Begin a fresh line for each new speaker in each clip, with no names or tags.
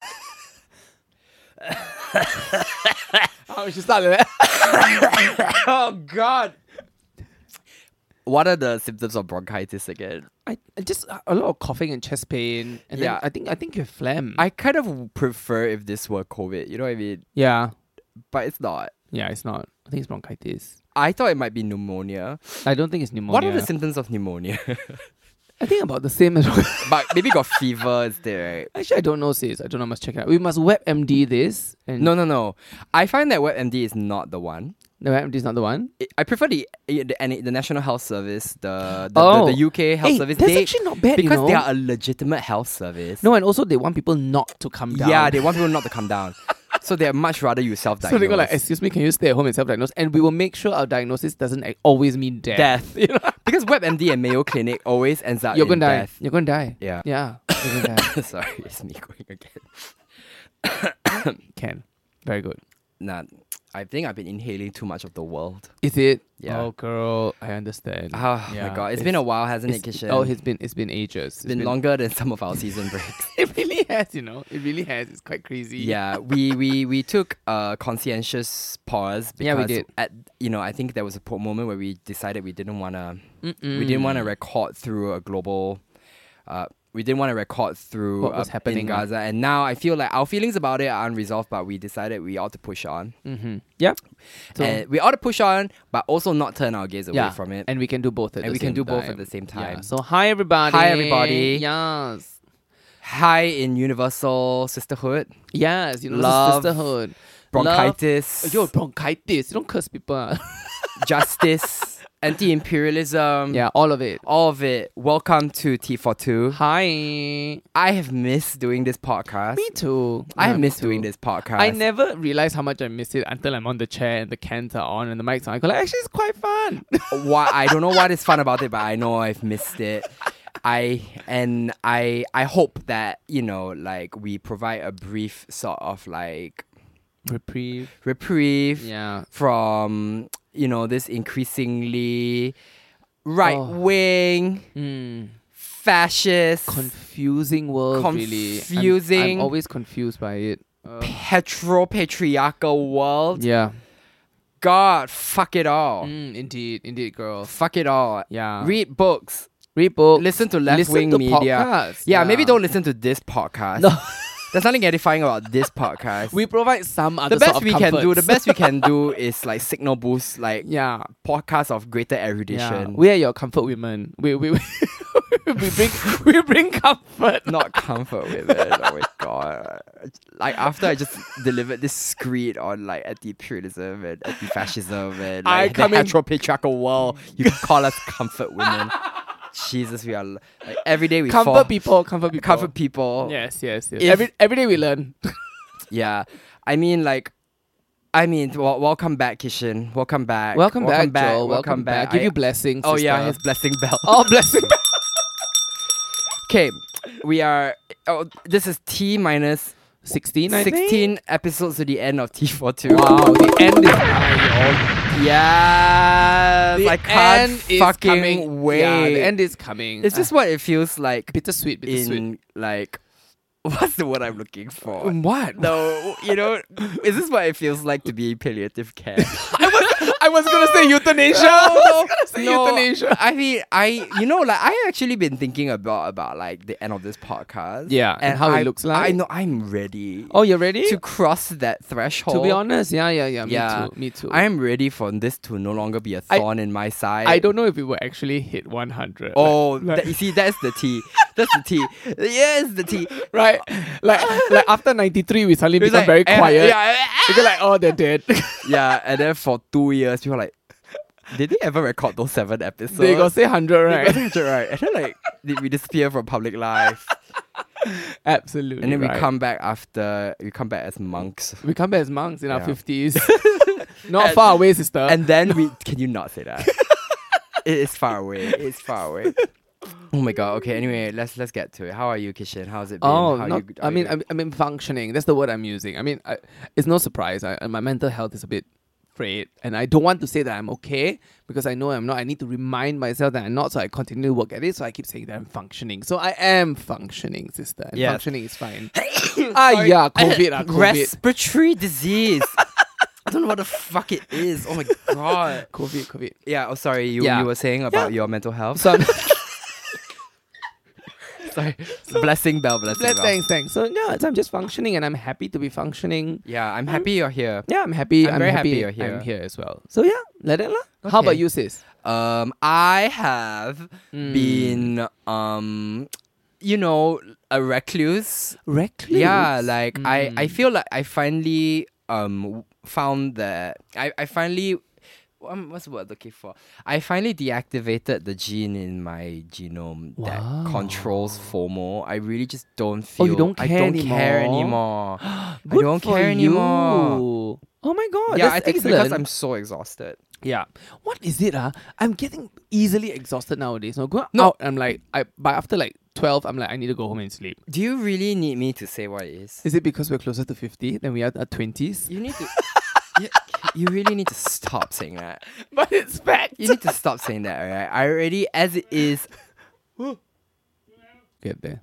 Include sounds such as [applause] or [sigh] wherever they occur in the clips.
[laughs] har vi ikke stand i det?
oh God. What are the symptoms of bronchitis again?
I, I just uh, a lot of coughing and chest pain, and
Yeah.
then I think I think you have phlegm.
I kind of prefer if this were COVID. You know what I mean?
yeah,
But it's not.
yeah, it's not. I think it's bronchitis.
I thought it might be pneumonia.
I don't think it's pneumonia.
What are the symptoms of pneumonia? [laughs]
I think about the same as.
but maybe got fever instead, right?
[laughs] Actually, I don't know sis. I don't know. I must check it out. We must WebMD this. And
No, no, no. I find that WebMD is not the one.
no, WebMD is not the one.
I- I prefer the eh, the, the, the National Health Service, the the,
Oh.
the, the UK Health
Hey,
Service.
that's
they-
actually not bad, you
because they
know.
are a legitimate health service.
No, and also they want people not to come down.
yeah, they want people not to come down, so they much rather you self-diagnose.
[laughs] so they go like, "Excuse me, can you stay at home and self-diagnose?" And we will make sure our diagnosis doesn't like, always mean death. [laughs]
death, you [laughs] know? because WebMD and Mayo Clinic always ends up
You're
in
gonna die.
death.
You're gonna die.
Yeah.
Yeah. You're gonna
[coughs]
die.
[laughs] Sorry, it's me going again.
Can. Very good.
Nah, I think I've been inhaling too much of the world.
Is it?
Yeah.
Oh, girl, I understand.
Oh
Yeah,
my god, it's been a while, hasn't it,
It's-
Kishan?
Oh, it's been it's been ages. It's
been, longer than some of our season breaks.
[laughs] It really has, you know. It really has. It's quite crazy.
yeah, we we we took a conscientious pause because
Yeah, we did.
at you know I think there was a po- moment where we decided we didn't want to we
Mm-mm.
didn't want to record through a global. Uh, we didn't want to record through
What was
uh,
happening,
in
right?
Gaza, and now I feel like our feelings about it are unresolved. But we decided we ought to push on,
Mhm. Yeah. So,
and we ought to push on, but also not turn our gaze away
yeah.
from it.
And we can do both at
And
the
we can
same
do both at
time.
the same
Yeah.
time.
So hi everybody.
Hi, everybody.
Yes.
High in universal sisterhood,
Yes, you know,
Love.
this is sisterhood.
bronchitis,
Love. Oh, Yo, bronchitis. You don't curse people. [laughs] ah.
[laughs] justice, anti-imperialism.
yeah, all of it.
all of it. Welcome to T42.
Hi. Me
I have missed doing this podcast.
too.
I
Yeah,
have
me
missed doing
too.
this podcast.
I never realized how much I miss it until I'm on the chair and the cans are on and the mics on. I go like, actually, it's quite fun. [laughs]
Why I don't know what is fun about it, but I know I've missed it. I and I I hope that, you know, like we provide a brief sort of like
Reprieve.
reprieve
Yeah.
from, you know, this increasingly right wing
Mm.
fascist
Confusing world, really. I'm- I'm,
Confusing.
always confused by it. Uh,
heteropatriarchal world.
yeah.
God, fuck it all.
Mm, indeed. Indeed, girl.
Fuck it all.
Yeah.
Read books.
Read books.
Listen to left
Listen
wing
to
media.
podcasts.
Yeah,
Yeah.
maybe don't listen to this podcast.
No.
[laughs] There's nothing edifying about this podcast.
We provide some
the
other
best
sort of
we can do, the
comforts.
best we can
[laughs]
do is like signal boost, like
yeah.
podcasts of greater
Yeah.
erudition.
We are your comfort women. We we, [laughs] we, we bring we bring
[laughs]
comfort.
Not comfort with it. Oh my god! Like after I just delivered this screed on like anti-imperialism and anti-fascism and
I
like, the
come in-
heteropatriarchal world, you call us comfort
[laughs]
women. Jesus, we are like every day we
Comfort
fall.
people. Comfort people.
comfort people.
Yes, yes, yes.
If-
every every day we learn.
Yeah. I mean, like, I mean, w- welcome back, Kishan. Welcome back.
Welcome, back, Joel. Welcome, back. Give
I-
you blessings.
oh, yeah,
sister.
his blessing bell.
oh blessing.
[laughs] Okay, we are. Oh, this is T minus
[laughs] Sixteen. I think?
16 episodes to the end of T42.
Wow, the end is coming.
Yes.
Oh, The
I can't
end is
fucking
coming.
wait.
Yeah, the end is coming.
it's just what it feels like
Ah, bittersweet, bittersweet.
in, like, [laughs] what's the word I'm looking for?
[laughs] What?
[laughs] No, you know, is this what it feels like to be in palliative care?
I was gonna say
[laughs]
euthanasia.
no,
no.
I mean, I you know, like I actually been thinking about about like the end of this podcast.
Yeah, and how it
I-
looks like.
I know I'm ready
Oh, you're ready?
to cross that threshold.
To be honest, yeah, yeah, yeah. Me
Yeah.
too. Me too.
I am ready for this to no longer be a
I-
thorn in my side.
I don't know if we will actually hit 100.
Oh,
Like-
that- you see, that's the T. That's the T. Yes, the T.
right? Like, like after 93, we suddenly
It's
become very
eh,
quiet.
Yeah, eh,
We're like, oh, they're dead. [laughs]
eh. [laughs] yeah, and then for two years, people are like, did they ever record those seven episodes?
they gonna say
[laughs]
100,
They
right?
got censored, right. And then like, did we disappear from public life?
Absolutely.
and then
right.
we come back after we come back as monks
We come back as monks in our
Yeah. [laughs]
50s. [laughs] Not
And-
far away, sister.
and then
[laughs]
we can you not say that it is far away it's far
[laughs]
away oh my god okay anyway let's let's get to it how are you kishan how's it been
Oh,
How
not-
you-
I
are
mean,
you-
I, I mean, functioning. That's the word I'm using. I mean, I, it's no surprise. I, my mental health is a bit afraid and I don't want to say that I'm okay because I know I'm not. I need to remind myself that I'm not, so I continue to work at it. So I keep saying that I'm functioning. So I am functioning, sister. And
Yes.
Functioning is fine.
[coughs]
ah, yeah, COVID, ah, COVID.
Respiratory
[laughs]
disease. I don't know what the fuck it is. Oh my god.
COVID, COVID.
Yeah. Oh, sorry. You
Yeah.
you were saying about your mental health.
So I'm-
[laughs]
[laughs]
sorry. Blessing bell. Blessing
Thanks,
bell.
thanks, thanks. So yeah, it's, I'm just functioning, and I'm happy to be functioning.
Yeah, I'm happy you're here.
Yeah, I'm happy.
I'm very happy you're here.
I'm here as well. So yeah, let it lah. How
Okay.
about you, sis?
Um, I have
Hmm.
been um, you know, a recluse.
Recluse. Hmm.
Yeah, like I, I feel like I finally um found that I, I finally um, what's the word I'm looking for? I finally deactivated the gene in my genome
Wow.
that controls FOMO. I really just don't feel.
Oh, you don't
I
care
don't care
anymore? [gasps]
anymore.
Good
I don't
for
care anymore.
you. Oh my god.
yeah,
that's
I think it's
excellent.
because I'm so exhausted.
Yeah. What is it? Uh? I'm getting easily exhausted nowadays. No, go
No.
out. I'm like, I but after like twelve, I'm like, I need to go home and sleep.
Do you really need me to say what it is?
Is it because we're closer to fifty than we are at twenties?
You need to. you, you really need to stop saying that.
[laughs] But it's fact.
You need to stop saying that, alright? I already, as it is,
Get there.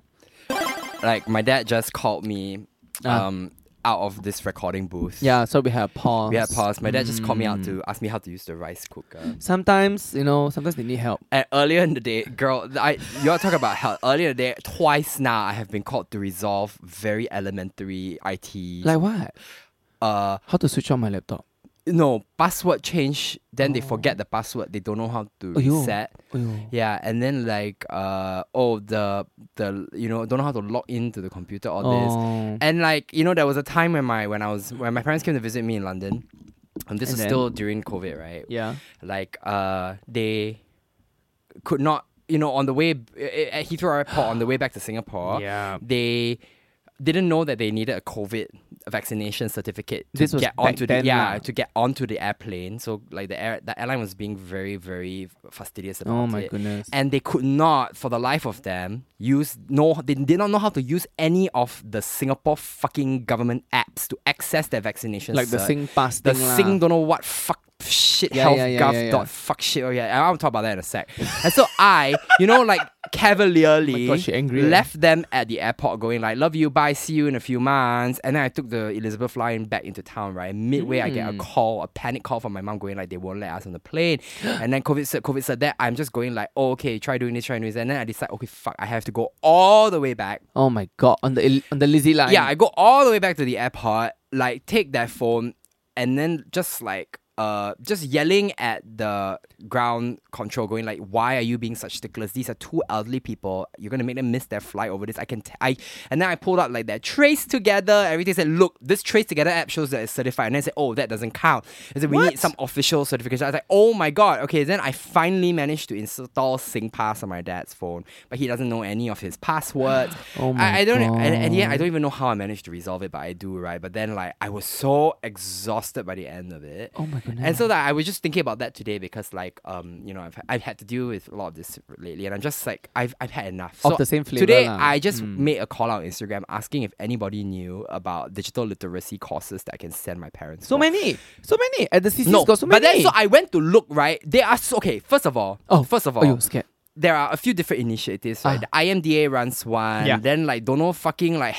like my dad just called me,
Ah.
um, out of this recording booth.
Yeah. Mm. So we have pause.
We had pause. My dad just called me out to ask me how to use the rice cooker.
Sometimes you know, sometimes they need help.
And earlier in the day, girl, I you all talk about hell. Earlier in the day, twice now, I have been called to resolve very elementary IT.
Like what?
uh,
How to switch on my laptop?
no password change. Then they forget
Oh.
the password. They don't know how to
Aiyo.
reset.
Aiyo.
Yeah, and then like uh oh the the you know don't know how to log into the computer all
Oh.
this and like you know there was a time when my when I was when my parents came to visit me in London and this
And
was
then-
still during COVID right
Yeah.
like uh they could not you know on the way eh, at Heathrow Airport on the way back to Singapore
Yeah.
they didn't know that they needed a COVID vaccination certificate to
This was
get
back
onto
then
the yeah
lah.
to get onto the airplane. So like the air the airline was being very very fastidious about
Oh my
it.
goodness.
And they could not, for the life of them, use no. They did not know how to use any of the Singapore fucking government apps to access their vaccination.
like uh, the
cert.
sing pass
the
thing lah.
sing don't know what fuck shit
Yeah,
health
yeah, yeah,
gov
yeah, yeah.
dot fuck shit. Oh yeah, I'll talk about that in a sec. and so I, you know, like [laughs] cavalierly
Oh my God, she angry, eh?
left them at the airport, going like, "Love you, bye, see you in a few months." And then I took the Elizabeth line back into town. Right midway, I get a call, a panic call from my mom, going like, "They won't let us on the plane." [gasps] and then COVID said, COVID said that. I'm just going like, "Oh, okay, try doing this, try doing this." And then I decide, okay, fuck, I have to go all the way back.
Oh my god. On the il- on the Lizzie line.
Yeah, I go all the way back to the airport, like take that phone, and then just like uh just yelling at the ground control, going like, "Why are you being such sticklers? These are two elderly people. You're gonna make them miss their flight over this." I can, t- I and then I pulled out like that trace together. Everything said, "Look, this trace together app shows that it's certified." And then I said, "Oh, that doesn't count." I said, "We
What?
need some official certification." I was like, "Oh my god, okay." Then I finally managed to install SingPass on my dad's phone, but he doesn't know any of his passwords.
[gasps] Oh my
I, I don't, and, and yeah, I
Oh.
don't even know how I managed to resolve it, but I do, right? But then, like, I was so exhausted by the end of it.
Oh my goodness.
And so that I was just thinking about that today because, like, um, you know, I've I've had to deal with a lot of this lately, and I'm just like, I've I've had enough.
Of
So
the same flavour
Today,
lah. Mm.
I just made a call out on Instagram asking if anybody knew about digital literacy courses that I can send my parents.
So
for.
many. So many. At the CC's
No,
got so
but
many.
then so I went to look right. They are so, okay. First of all,
Oh,
first of
oh,
all,
you were scared.
there are a few different initiatives. Right? The IMDA runs one.
Ah. Yeah.
Then like don't know fucking like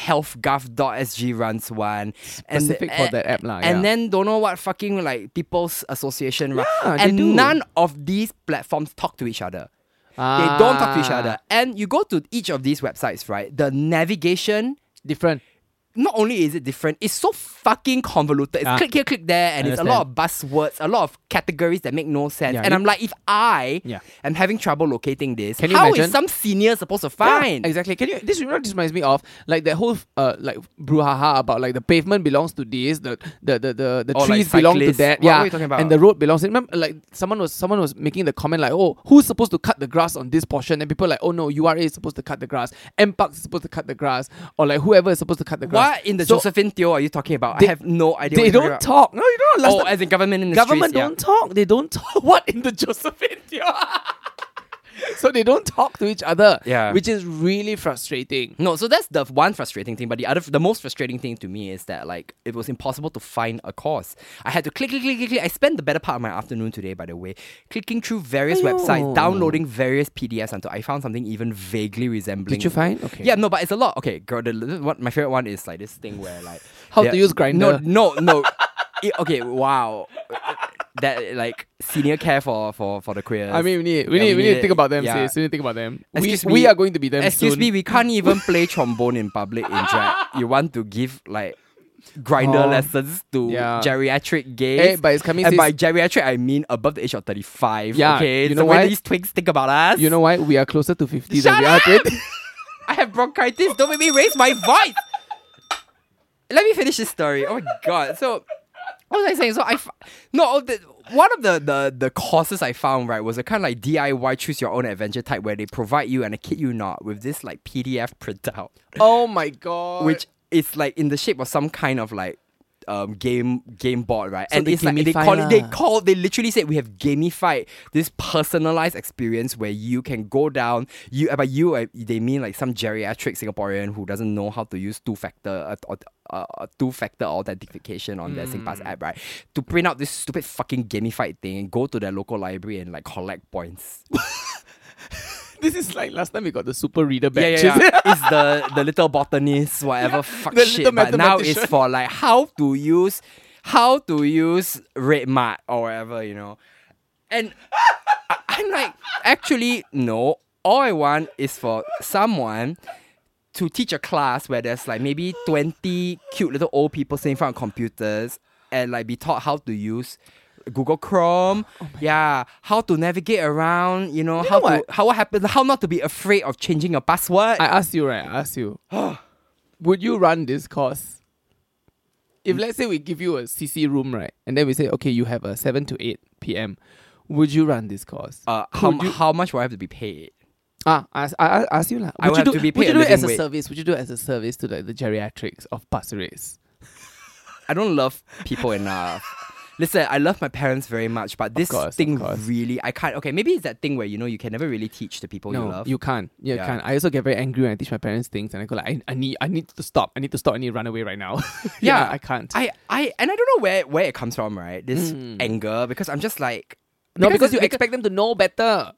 healthgov.sg runs one. And
Specific for that app lah,
And
yeah.
then don't know what fucking like People's Association runs.
Yeah, they
and
do.
none of these platforms talk to each other. They don't talk to each
Ah.
other. And you go to each of these websites, right? The navigation
Ah, Different.
not only is it different, it's so fucking convoluted. It's
Ah.
click here, click there, and it's a lot of buzzwords, a lot of categories that make no sense.
Yeah,
and
you-
I'm like, if I
Yeah.
am having trouble locating this, how
Can
is
you imagine?
some senior supposed to
Yeah,
find?
exactly. Can you? This you know, this reminds me of like that whole uh like brouhaha about like the pavement belongs to this, the the the the, the
Or, Oh, like,
trees belong to
cyclists.
that.
What
yeah,
were you talking about?
and the road belongs. To, remember, like someone was someone was making the comment like, oh, who's supposed to cut the grass on this portion? And people are like, oh no, URA is supposed to cut the grass. M Park is supposed to cut the grass, or like whoever is supposed to cut the grass.
What in the
So
Josephine Teo are you talking about?
They-
I have no idea. what
They
you're talking
don't
about.
talk. No, you don't. Last
Oh,
time-
as in government in
[laughs] government don't talk. They don't talk. What in the Josephine? Teo? [laughs] so they don't talk to each other.
Yeah.
Which is really frustrating.
No, so that's the one frustrating thing. But the other, the most frustrating thing to me is that like it was impossible to find a course. I had to click, click, click, click, click. I spent the better part of my afternoon today, by the way, clicking through various websites,
Aiyo.
downloading various PDFs until I found something even vaguely resembling.
Did you find? Okay.
Yeah, no, but it's a lot. Okay, girl, the, the, what, my favorite one is like this thing where like
[laughs] How
they're-
to use Grindr.
No, no, [laughs] no. It- okay, wow. That like senior care for for for the queers.
I mean, we need, we,
Yeah,
need,
we
we
need
need to
it.
think about them,
Yeah.
sis. We need to think about them. We,
Excuse
we
me.
are going to be them
Excuse
soon.
me, we can't even play trombone in public in drag. You want to give like grinder
Oh.
lessons to
Yeah.
geriatric gays.
Eh, but it's coming,
and
sis.
by geriatric I mean above the age of thirty five.
Yeah,
okay.
you
so
know
when
why?
these twigs think about us.
[laughs] You know why? We are closer to 50
Shut
than we are to
[laughs]
it.
I have bronchitis. Don't make me raise my voice. Let me finish this story. Oh my god. So what was I saying? So I f- no oh, the, one of the, the the courses I found right was a kind of like DIY choose your own adventure type where they provide you and I kid you not with this like PDF printout
Oh my god.
which is like in the shape of some kind of like um game game board, right?
So
and
they
it's like they
gamify
call it they
lah.
call they literally said we have gamified this personalized experience where you can go down you uh, by you uh, they mean like some geriatric Singaporean who doesn't know how to use two factor uh, or uh, uh, two factor authentication on their
Hmm.
SingPass app, right? To print out this stupid fucking gamified thing and go to their local library and like collect points.
this is like last time we got the super reader
Yeah,
badges.
yeah, yeah.
[laughs]
it's the the little botanist, whatever fuck
the
shit.
little
But now it's
mathematician.
for like how to use how to use red mart or whatever, you know. And I, I'm like, actually, no. All I want is for someone to teach a class where there's like maybe 20 cute little old people sitting in front of computers and like be taught how to use Google Chrome, yeah, how to navigate around, you know,
Oh You
how
know what?
to how what happens, how not to be afraid of changing your password.
I asked you, right? I asked
[gasps]
you. would you run this course? If
Mm.
let's say we give you a CC room, right? And then we say, okay, you have a 7 to 8 p.m. Would you run this course?
uh, how,
Could you-
how much will I have to be paid?
ah, I, ask- I, I ask you lah.
I
Would
would
you
have
do,
to be
would
paid
you
a
do it as
living
a
wage.
service? Would you do it as a service to like the geriatrics of Pasir Ris?
I don't love people enough. Listen, I love my parents very much, but this
course, of
thing
course.
really, I can't. Okay, maybe it's that thing where you know you can never really teach the people you love.
can't. Yeah, you
Yeah.
can't. I also get very angry when I teach my parents things, and I go like, I, I need, I need to stop. I need to stop. I need to run away right now. [laughs] yeah,
Yeah.
I can't. Mm.
I, I, and I don't know where where it comes from, right? This anger because I'm just like,
no, because,
it's-
you expect them to know better.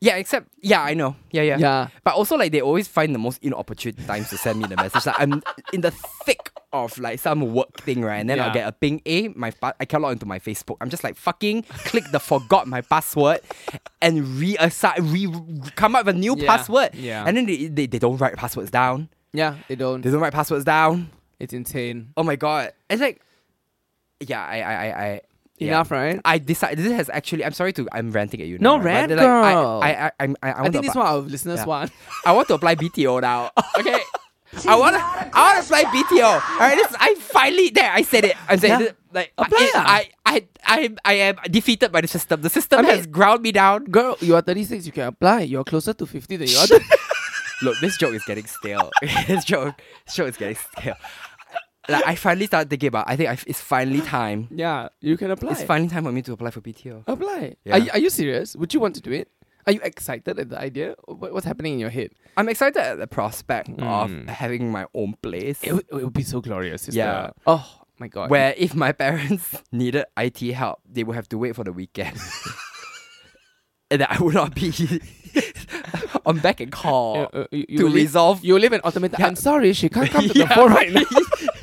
yeah, except yeah, I know, yeah, yeah,
Yeah.
But also like they always find the most inopportune times to send me the message. Like I'm in the thick of like some work thing, right? And then I'll
Yeah.
get a ping, eh, my pa- I can log into my Facebook. I'm just like fucking click the forgot my password and reassign re come up with a new
Yeah.
password.
Yeah.
And then they, they they don't write passwords down.
Yeah, they don't.
They don't write passwords down.
It's insane.
Oh my god. It's like Yeah, I I I, I yeah.
Enough, right?
I decided this has actually. I'm sorry to. I'm ranting at you.
No
now, right?
rant,
But like, I-
girl.
I I I, I, I,
I
want to
think
apply-
this is what our listeners
Yeah.
want.
I want to apply BTO now. Okay. I want to. I want to apply BTO. All right. This, I finally there. I said it. I'm saying
Yeah.
this, like
Apply
it-
ah.
I, I I I am defeated by the system. The system
I mean-
has ground me down.
Girl, you are 36, you can apply. You're closer to 50 than you
[laughs]
are. To-
Look, this joke is getting stale. [laughs] this joke, this joke is getting stale. Like I finally started thinking about. I think I, it's finally time.
yeah, you can apply.
It's finally time for me to apply for BTO.
Apply.
Yeah.
Are, you, are you serious? Would you want to do it? Are you excited at the idea? What, what's happening in your head?
I'm excited at the prospect of having my own place.
Hmm. It, would- it would be so glorious. sister.
Yeah.
Oh my god.
where if my parents [laughs] needed IT help, they would have to wait for the
[laughs]
weekend. and that I would not be [laughs] on back and call. [laughs]
Uh, uh, you, you
to
live-
resolve-
you live in automated. I'm sorry, she can't come to the
[laughs] Yeah.
phone [laughs] right now.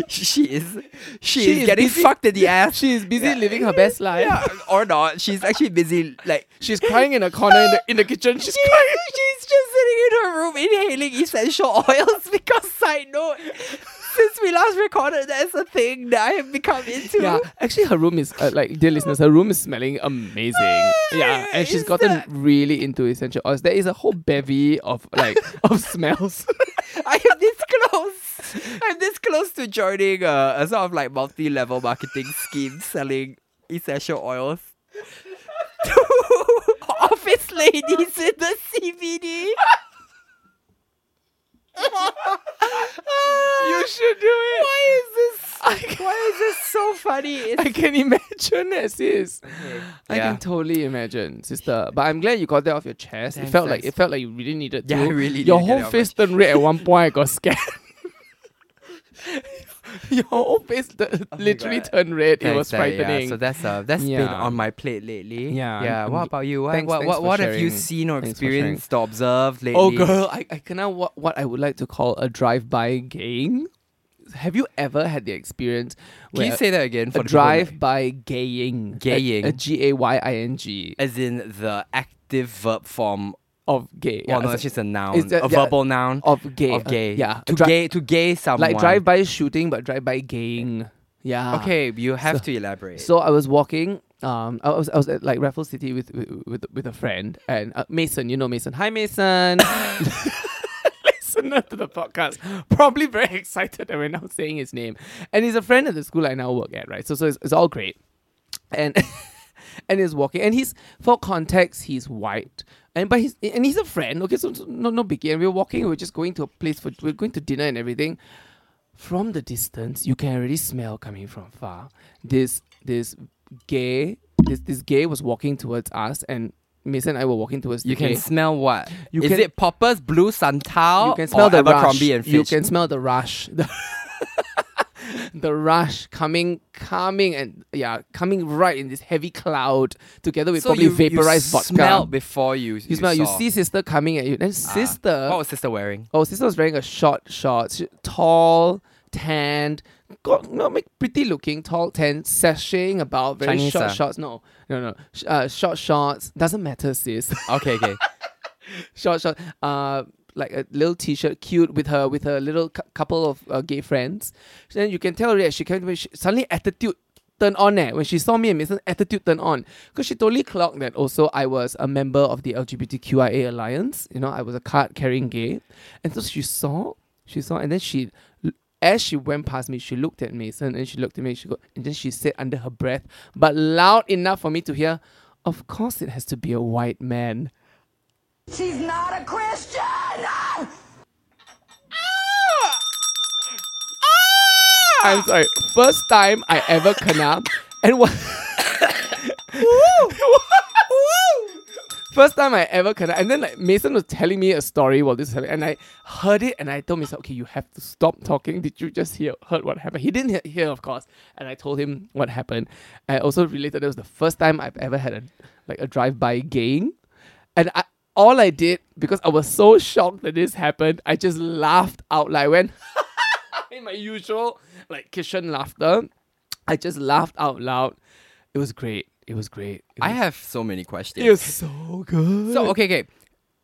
she is she,
She
is,
is
getting
busy-
fucked
[laughs]
in the ass.
She is busy living her best life.
Yeah, or not. She's actually busy like
[laughs] She's crying in a corner in the, in the
[laughs]
kitchen. She's crying.
She's just sitting in her room inhaling essential [laughs] oils because side note, since we last recorded, that's a thing that I have become into.
Yeah, actually, her room is uh, like dear listeners, her room is smelling amazing. Yeah, and she's
Is
gotten
that-
really into essential oils. There is a whole bevy of
[laughs]
like of smells.
I am this close. I'm this close to joining uh, a sort of like multi-level marketing scheme selling essential oils to [laughs] office ladies in the CBD.
you should do it.
Why is this? Why is this so funny? It's
I can imagine that, sis.
okay.
I can totally imagine, sister. But I'm glad you got that off your chest. it
Thanks,
felt like
thanks.
it felt like you really needed
Yeah,
to.
I really needed to get
Your
it
whole
off my
face turned red at one point. I got
[laughs]
scared. [laughs] your whole face tu-
Oh my
literally
God.
turned red. it
Thanks,
was
uh,
frightening.
Yeah. So that's uh, that's been
Yeah.
on my plate lately.
Yeah.
Yeah.
Mm,
What about you? What
thanks-
what,
thanks
what,
for
what have you
sharing.
seen or
Thanks for sharing.
experienced or observed lately?
oh, girl, I, I can what what I would like to call a drive-by gaying. Have you ever had the experience?
Can
where
you say that again? For
uh, a
the people in the-
drive-by gaying?
Gaying.
A G A Y I N G
as in the active verb form.
of gay.
Well,
Yeah,
Oh, no,
so-
it's just a noun,
it's a-
a
yeah,
verbal noun
of gay.
of
uh,
gay.
yeah. a
to
dri-
gay to gay someone. Ah.
Like drive by shooting, but drive by gaying. Yeah.
Okay, you have to elaborate.
So I was walking. Um, I was I was at like Raffles City with with with, with a friend and uh, Mason. You know Mason. Hi Mason. Listener to the podcast, probably very [laughs] excited that we're now saying his name, and he's a friend at the school I now work at. Right. So so it's, it's all great, and. And he's walking, and he's for context, he's white, and but he's and he's a friend. Okay, so, so no no biggie. And we we're walking, we we're just going to a place for we're going to dinner and everything from the distance you can already smell coming from far this this gay this this gay was walking towards us and Mason and I were walking towards
you
the gay.
can smell what?
You
is
can-
it poppers, blue santal,
you can smell
or
the rush
Oh, Abercrombie and Fitch?
you can smell the rush [laughs] the, the rush coming coming and yeah coming right in this heavy cloud together with
so
probably
you,
vaporized
you
vodka
smell before you
you smell you
saw.
see sister coming at you then
Ah.
sister
What was sister wearing?
Oh, sister was wearing a short shorts, She- tall, tanned, got no, make pretty looking, tall, tan, sashaying about, very
Chinese,
short
ah.
shorts. No, no, no, Sh- uh, short shorts doesn't matter, sis.
Okay, okay.
short short, uh, like a little t-shirt, cute with her with her little cou- couple of uh, gay friends. Then you can tell already that she came when she suddenly attitude turned on eh. when she saw me and Mason attitude turned on because she totally clocked that also I was a member of the LGBTQIA alliance. You know, I was a card carrying gay, and so she saw, she saw, and then she. As she went past me, she looked at Mason and she looked at me. She go, and then she said under her breath, but loud enough for me to hear, "Of course, it has to be a white man."
She's not a Christian!
I'm sorry. First time I ever kena. And what? [laughs] First time I ever kena. And then like Mason was telling me a story while this was happening. And I heard it and I told myself, okay, you have to stop talking. Did you just hear heard what happened? He didn't hear, hear of course. And I told him what happened. I also related that was the first time I've ever had a like a drive-by gang. And I all I did, because I was so shocked that this happened, I just laughed out loud. I went, [laughs] in my usual like kitchen laughter. I just laughed out loud. It was great. It was great. It
I
was-
have so many questions.
It [laughs] was so good.
So okay, okay.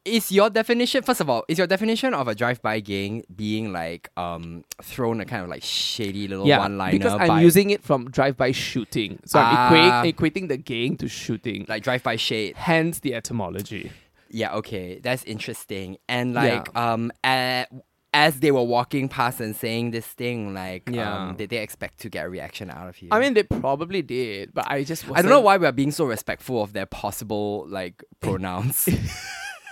Is your definition first of all, is your definition of a drive-by gang being like um thrown a kind of like shady little
yeah,
one-liner
because I'm
by
using it from drive-by shooting, so I'm
Ah.
equating, equating the gang to shooting.
like drive-by shade?
Hence the etymology.
Yeah, okay, that's interesting. And
Yeah.
like um a as they were walking past and saying this thing, like
Yeah.
um, did they expect to get a reaction out of you?
I mean, they probably did, but I just
I
wasn't,
don't know why we are being so respectful of their possible like pronouns.
[laughs]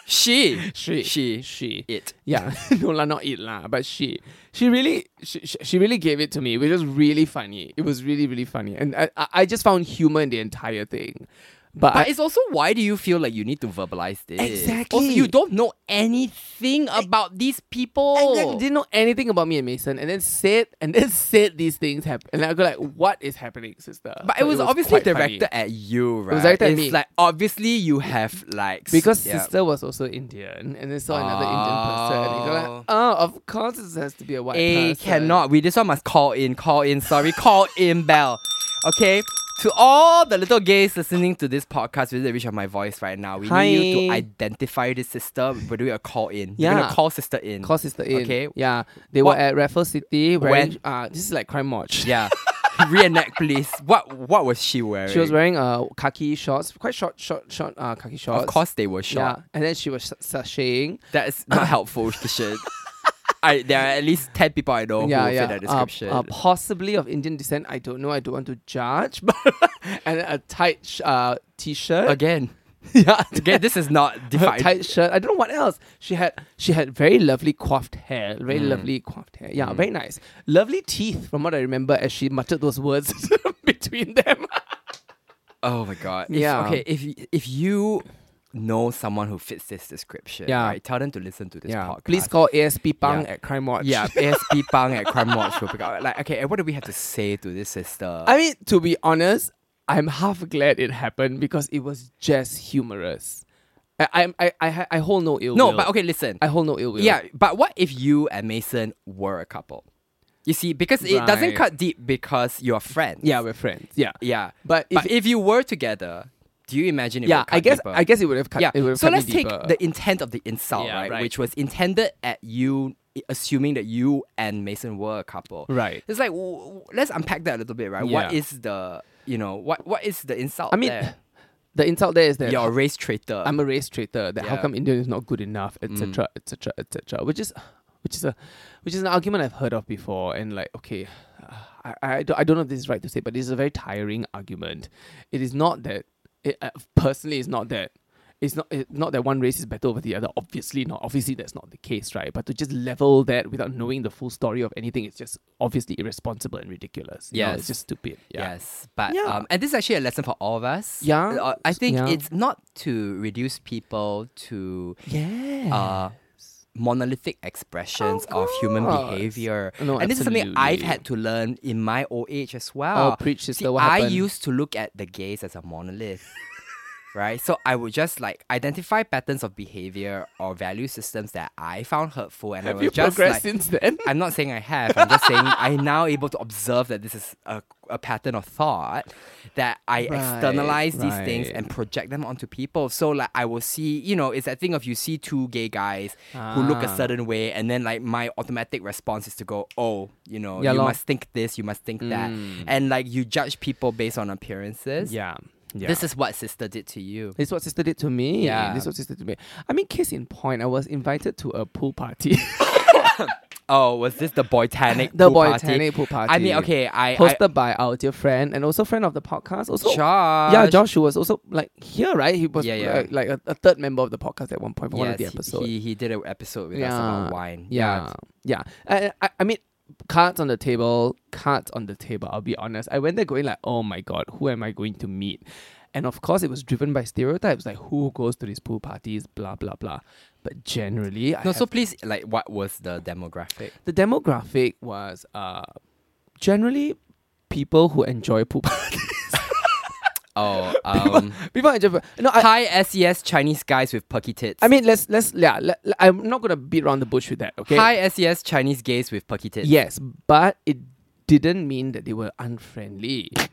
she,
she
she,
she
it.
Yeah, [laughs] no lah, not it lah. But she, she really, she, she- she really gave it to me. It was just really funny. It was really, really funny, and I, I I just found humor in the entire thing. But,
But
I,
it's also why do you feel like you need to verbalize this?
Exactly.
Also, you don't know anything about these
and then
people.
didn't know anything about me and Mason, and then said and then said these things happen, and I go like, "What is happening, sister?"
But
So
it was, obviously
quite funny.
directed at you, right?
was directed at
it's
me.
like obviously you have like s-
because
yeah.
sister was also Indian, and then saw another Indian person. And you go like, "Oh, of course it has to be a white
A
person."
cannot. We this one must call in, call in. Sorry, call in bell. Okay. To all the little gays listening to this podcast with the reach of my voice right now, we need you to
Hi.
identify this sister. We're doing a call in. We're
Yeah.
gonna call sister in.
Call sister in.
Okay.
Yeah, they
What-
were at Raffles City. Wearing,
When-
uh, this is like crime watch.
Yeah. [laughs] Reenact, please. What what was she wearing?
She was wearing uh khaki shorts, quite short, short, short uh khaki shorts.
Of course they were short.
yeah. And then she was sa- sashaying.
That is
[coughs]
not helpful, Kishan. I there are at least ten people I know
Yeah,
Oh, who
yeah.
fit that
Uh,
description.
Uh, possibly of Indian descent. [laughs] I don't know. I don't want to judge. But and a tight sh- uh t-shirt.
Again.
[laughs] yeah.
Again, this is
[laughs]
not
her
defined.
tight shirt. I don't know what else. She had she had very lovely coiffed hair. Very
Mm.
lovely coiffed hair. Yeah, very nice. Lovely teeth, from what I remember, as she muttered those words [laughs] between them.
Oh my god.
Yeah.
If, okay. If y- if you know someone who fits this description,
Yeah.
right, tell them to listen to [laughs] this podcast.
Please call ASP Pang
Yeah.
at Crime Watch.
Yeah,
[laughs]
ASP Pang at Crime Watch will pick up. Like, okay, and what do we have to say to this sister?
I mean, to be honest, I'm half glad it happened because it was just humorous. I I'm- I I, I, I hold no ill
no,
will.
but okay, listen.
I hold no ill will.
yeah, but what if you and Mason were a couple? You see, because it doesn't
Right.
cut deep because you're friends.
yeah, we're friends. Yeah,
yeah.
But
But
if-
if you were together, do you imagine it?
yeah.
would cut
I guess
deeper?
I guess it would have cut.
yeah.
It would have
so
cut me
let's take
deeper.
the intent of the insult,
Yeah,
right,
right.
Which was intended at you, i- assuming that you and Mason were a couple.
Right.
It's like w- w- let's unpack that a little bit, right? What
Yeah.
is the you know what what is the insult?
I mean,
there?
the insult [sighs] there is that
you're a race traitor.
I'm a race traitor. That how
Yeah. Mm.
come Indian is not good enough, etc., etc., etc. Which is, which is a, which is an argument I've heard of before. And like, okay, uh, I, I, don't, I don't know if this is right to say, but it's a very tiring argument. It is not that. It, uh, personally, it's not that. It's not it, not that one race is better over the other. Obviously not. Obviously that's not the case, right? But to just level that without knowing the full story of anything, it's just obviously irresponsible and ridiculous. Yeah,
Yes.
it's just stupid. Yeah.
Yes, but
Yeah.
um, and this is actually a lesson for all of us.
Yeah.
Uh, I think
Yeah.
it's not to reduce people to
Yeah.
uh, monolithic expressions of, human
course.
behavior.
No,
and this is something I've
absolutely. Oh,
had to learn in my old age as well.
preach,
See,
sister, what
I
happened?
used to look at the gays as a monolith. [laughs] Right, so I would just like identify patterns of behavior or value systems that I found hurtful, and I
Have
would
[laughs] you
just
progressed
like,
since then?
I'm not saying I have. I'm just saying I'm now able to observe that this is a, a pattern of thought that I externalize these things
right.
and project them onto people. So like I will see, you know, it's that thing of you see two gay guys who look a
Ah.
certain way, and then like my automatic response is to go, oh, you know,
Yeah
you
lor.
must think this, you must think that, and like you judge people based on appearances.
Yeah. [laughs] Yeah.
This is what sister did to you.
This is what sister did to me.
Yeah.
This is what sister did to me. I mean, case in point, I was invited to a pool party.
Oh, was this
[laughs]
the Boytanic
the
pool party?
Botanic pool party.
I mean, okay, [laughs] I I-
Hosted by our dear friend and also friend of the podcast. Also,
Josh.
Yeah, Josh, who was also like here, right? He was
Yeah, yeah.
like, like a, a third member of the podcast at one point for one of the
Yes, he-
episodes.
He, he did an episode with us about wine.
Yeah, yeah. I, I, I mean, cards on the table, cards on the table. I'll be honest. I went there going like, oh my god, who am I going to meet? And of course, it was driven by stereotypes like who goes to these pool parties, blah blah blah. But generally, I
No, so
have-
please, like, what was the demographic?
the demographic was uh, generally people who enjoy pool parties.
Oh, um,
[laughs] people enjoy. No, I,
high SES Chinese guys with perky tits.
I mean, let's let's yeah. Let, let- I'm not gonna beat around the bush with that. Okay.
high SES Chinese gays with perky tits.
Yes, but it didn't mean that they were unfriendly. [laughs]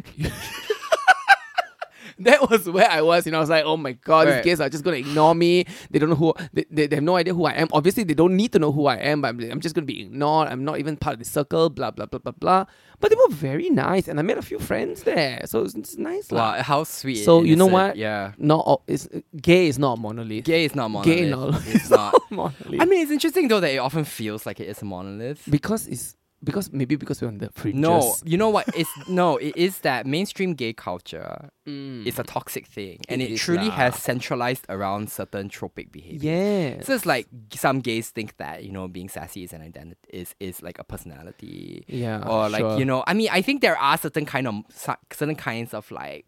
that was where I was, you know. I was like, oh my god,
Right.
these guys are just gonna ignore me. They don't know who they, they, they have no idea who I am. Obviously, they don't need to know who I am, but I'm, I'm just gonna be ignored. I'm not even part of the circle, blah blah blah blah blah. But they were very nice and I made a few friends there. So it's, it's nice. lah.
Wow, how sweet. and
so you know
innocent.
what?
Yeah.
Not all it's gay is not a monolith.
Gay is not a monolith.
Gay not,
It's
[laughs]
not.
monolith.
I mean, it's interesting though that it often feels like it is a monolith.
because it's because maybe because we're on the fringes.
No, you know what? It's [laughs] no, it is that mainstream gay culture is a toxic thing, and
Mm. It
it,
is
truly
lah.
has centralized around certain tropic behaviors.
Yeah.
So it's like g- some gays think that you know being sassy is an identity is is like a personality.
Yeah,
Or like
Ah, sure.
you know, I mean, I think there are certain kind of so- certain kinds of like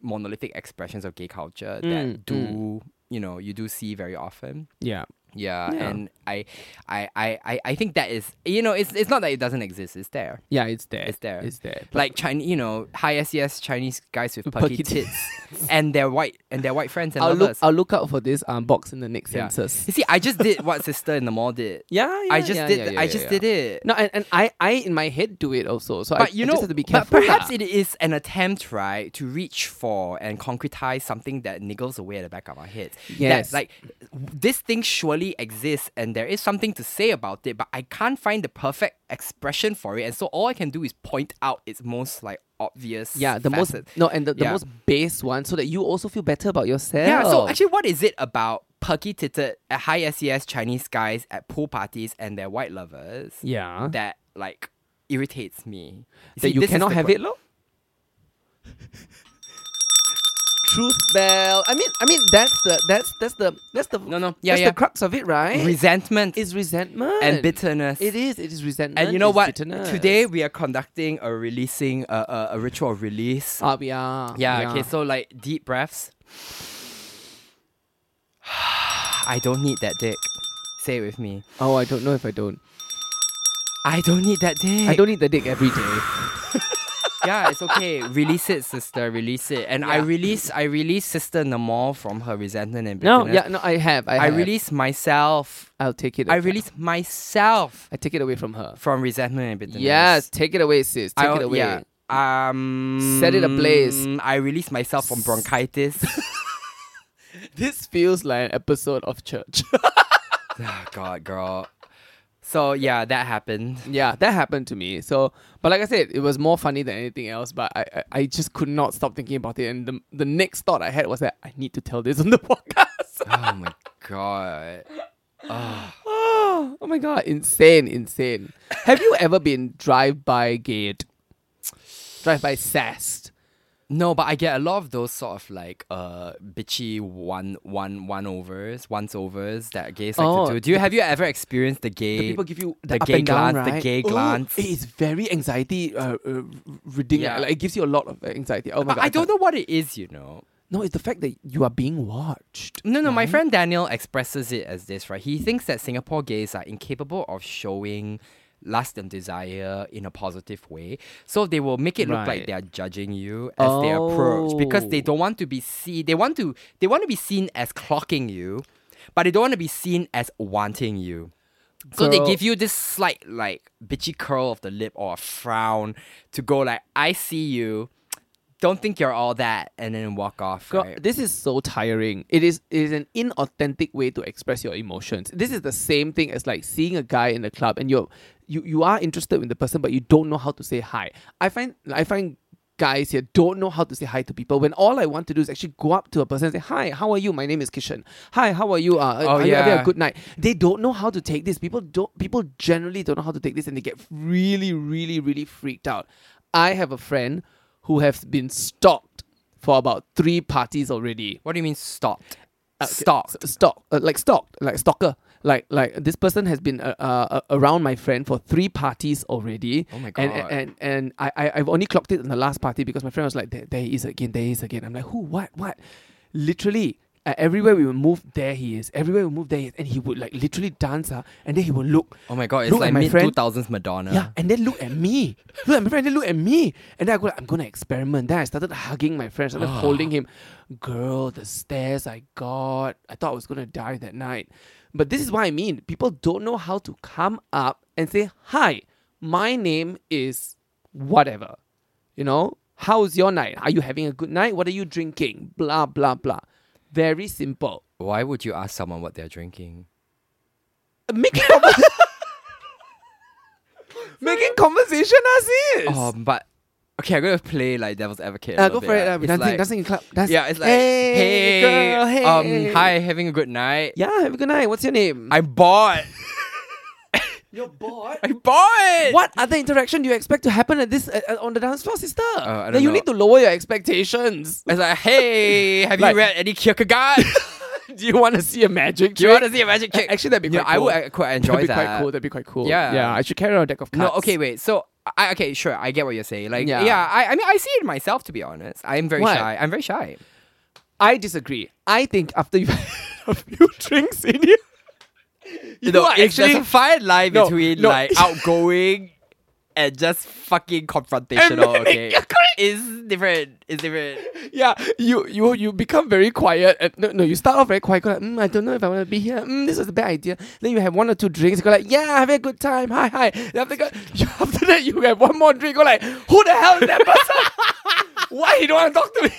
monolithic expressions of gay culture
Mm,
that do you know you do see very often.
yeah.
Yeah,
Yeah.
and I, I, I, I, I think that is you know it's it's not that it doesn't exist. It's there.
Yeah, it's there.
It's there.
It's there. But
Like Chinese, you know, high SES Chinese guys with perky, [laughs]
perky
tits, and their white and their white friends and
I'll look.
lovers.
I'll look out for this um box in the next
Yeah. [laughs]
census.
You see, I just did what sister in the mall did.
Yeah,
I just did. I just did it.
No, and, and I, I in my head do it also. So I,
but you
I
know,
just have to be
but
careful.
perhaps
lah.
it is an attempt, right, to reach for and concretize something that niggles away at the back of our heads.
Yes.
that, like this thing surely exists, and there is something to say about it, but I can't find the perfect expression for it, and so all I can do is point out its most like obvious.
yeah, the most
facet.
no, and the, the
Yeah.
most base one, so that you also feel better about yourself.
Yeah, so actually, what is it about perky titted uh, high SES Chinese guys at pool parties and their white lovers
yeah, that,
that like irritates me?
you cannot have
it.
it, lor. truth bell. I mean, I mean that's the that's that's the that's the
No, no. Yeah,
that's
yeah.
the crux of it, right?
Resentment
is resentment
and bitterness.
eh, It is. It is resentment.
And you know
it's
what?
Bitterness.
Today we are conducting a releasing a a, a ritual of release.
Ah, we are.
yeah,
we
Okay.
are.
So like deep breaths. [sighs] I don't need that dick. Say it with me.
Oh, I don't know if I don't.
I don't need that dick.
I don't need the dick every day.
[laughs] yeah, it's okay. Release it, sister. Release it. And I
Yeah.
release. I release sister Namal from her resentment and bitterness.
No, yeah, no, I have. I,
I
have.
release myself.
I'll take it.
I
away.
release myself
I take it away from her.
from resentment and bitterness.
Yes, take it away, sis. Take
I-
it away.
yeah. Um,
Set it ablaze.
I release myself from
[laughs]
bronchitis. [laughs]
This feels like an episode of church. [laughs]
Ah, God, girl. So yeah, that happened.
yeah, that happened to me. So, but like I said, it was more funny than anything else. But I, I, I just could not stop thinking about it. And the, the next thought I had was that I need to tell this on the [laughs] podcast.
Oh my God.
[gasps] oh, oh my god, insane, insane. Have you ever been drive by gate, drive by sassed?
No, but I get a lot of those sort of like uh bitchy one one one overs, once overs that gays like
Oh,
to do. Do you have you ever experienced the gay?
The people give you
the
the, up
gay
and down,
glance, the
right?
gay
Oh,
glance.
it is very anxiety uh, uh, ridding.
Yeah.
Like, it gives you a lot of anxiety. Oh my
but
god!
I don't know what it is, you know.
No, it's the fact that you are being watched.
No, no, my friend Daniel expresses it as this, right? He thinks that Singapore gays are incapable of showing lust and desire in a positive way. So they will make it look like
Right.
they are judging you as they approach because they
Oh.
don't want to be seen. They want to they want to be seen as clocking you, but they don't want to be seen as wanting you. So they
Girl.
give you this slight like bitchy curl of the lip or a frown to go like I see you. Don't think you're all that and then walk off.
Girl,
right?
this is so tiring. It is it is an inauthentic way to express your emotions. This is the same thing as like seeing a guy in the club and you're you, you are interested in the person but you don't know how to say hi. I find I find guys here don't know how to say hi to people when all I want to do is actually go up to a person and say, Hi, how are you? My name is Kishan. Hi, how are you? Uh,
Oh,
are you having
yeah.
a good night? They don't know how to take this. People don't people generally don't know how to take this and they get really, really, really freaked out. I have a friend who has been stalked for about three parties already.
What do you mean stopped?
Uh, Stalked, stalk, uh, like stalked, like stalker. Like like this person has been uh, uh, around my friend for three parties already.
Oh my
And
God.
and and, and I, I I've only clocked it in the last party because my friend was like there, there he is again there he is again. I'm like who what what, literally. Uh, everywhere we would move, there he is. Everywhere we move, there he is. And he would like literally dance, uh, and then he would look.
Oh my god, it's
Look at
like
my
mid two
friend.
thousands Madonna.
Yeah, and then look at me. Look at my friend, then look at me. And then I go, like, I'm gonna experiment. Then I started hugging my friend, started holding him. Girl, the stares I got. I thought I was gonna die that night. But this is what I mean. People don't know how to come up and say, Hi, my name is whatever. You know, how's your night? Are you having a good night? What are you drinking? Blah blah blah. Very simple.
Why would you ask someone what they're drinking?
Making [laughs] Making conversation as is.
Oh, but okay, I'm gonna play like devil's advocate. a
Uh,
little
go
bit,
for it.
right?
Uh,
It's
dancing,
like-
dancing in club. Dance.
Yeah, it's like
hey,
hey,
girl, hey.
um, hi, having a good night.
Yeah, have a good night. What's your name?
I bought.
[laughs] You're bored.
I bought.
What other interaction do you expect to happen at this uh, uh, on the dance floor, sister?
I
then
don't
you
know.
need to lower your expectations.
It's like, hey, have
Like-
you read any Kierkegaard?
[laughs] do you want to see a magic?
Do you want to see a magic
trick?
kick?
Actually, that'd be
Yeah,
quite
I
cool.
would uh, quite enjoy
That'd be
that.
quite cool. That'd be quite cool.
Yeah.
yeah. I should carry on a deck of
No,
cards.
okay, wait. So, I, okay, sure. I get what you're saying. Like,
Yeah.
yeah, I, I mean, I see it myself. To be honest, I'm very
What?
shy. I'm very shy.
I disagree. I think after [laughs] you've had a few drinks in you, you [laughs]
No,
know,
it's
actually,
there's a fine line
No,
between
no. [laughs]
like outgoing and just fucking confrontational.
And- [laughs]
okay,
yeah, correct.
it's different. It's
[laughs]
different.
yeah, you you you become very quiet. And no, no, you start off very quiet. Go like, mm, I don't know if I want to be here. Mm, this is a bad idea. Then you have one or two drinks. Go like, yeah, have a good time. Hi, hi. Then after, go, after that, [laughs] you have one more drink. Go like, who the hell is that person? [laughs] Why you don't want to talk to me?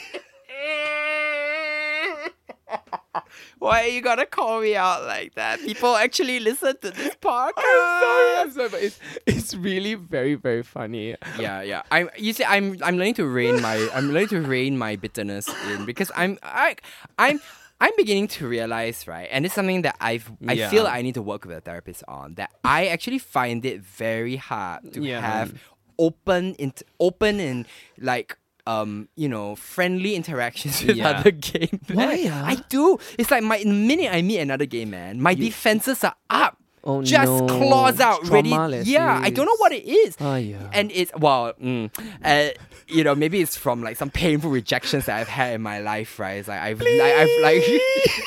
Why you gotta call me out like that? People actually listen to this
[laughs] I'm sorry.
podcast.
I'm sorry, but it's it's really very very funny. [laughs]
Yeah, yeah. I'm. You see, I'm. I'm learning to rein my. I'm learning to rein my bitterness in because I'm. I. I'm. I'm beginning to realize, right, and it's something that I've. I
Yeah.
feel I need to work with a therapist on that. I actually find it very hard to
Yeah.
have open, int- open and like um, you know, friendly interactions with
Yeah.
other gay men.
Why, ah?
I do. It's like my the minute I meet another gay man, my defenses are up.
Oh,
just
no.
claws out, ready.
Trauma like
Yeah, I don't know
this.
what it is.
Aiya.
And it's well, mm, uh, you know, maybe it's from like some painful rejections that I've had in my life, right? It's like I've, like, I've like, [laughs]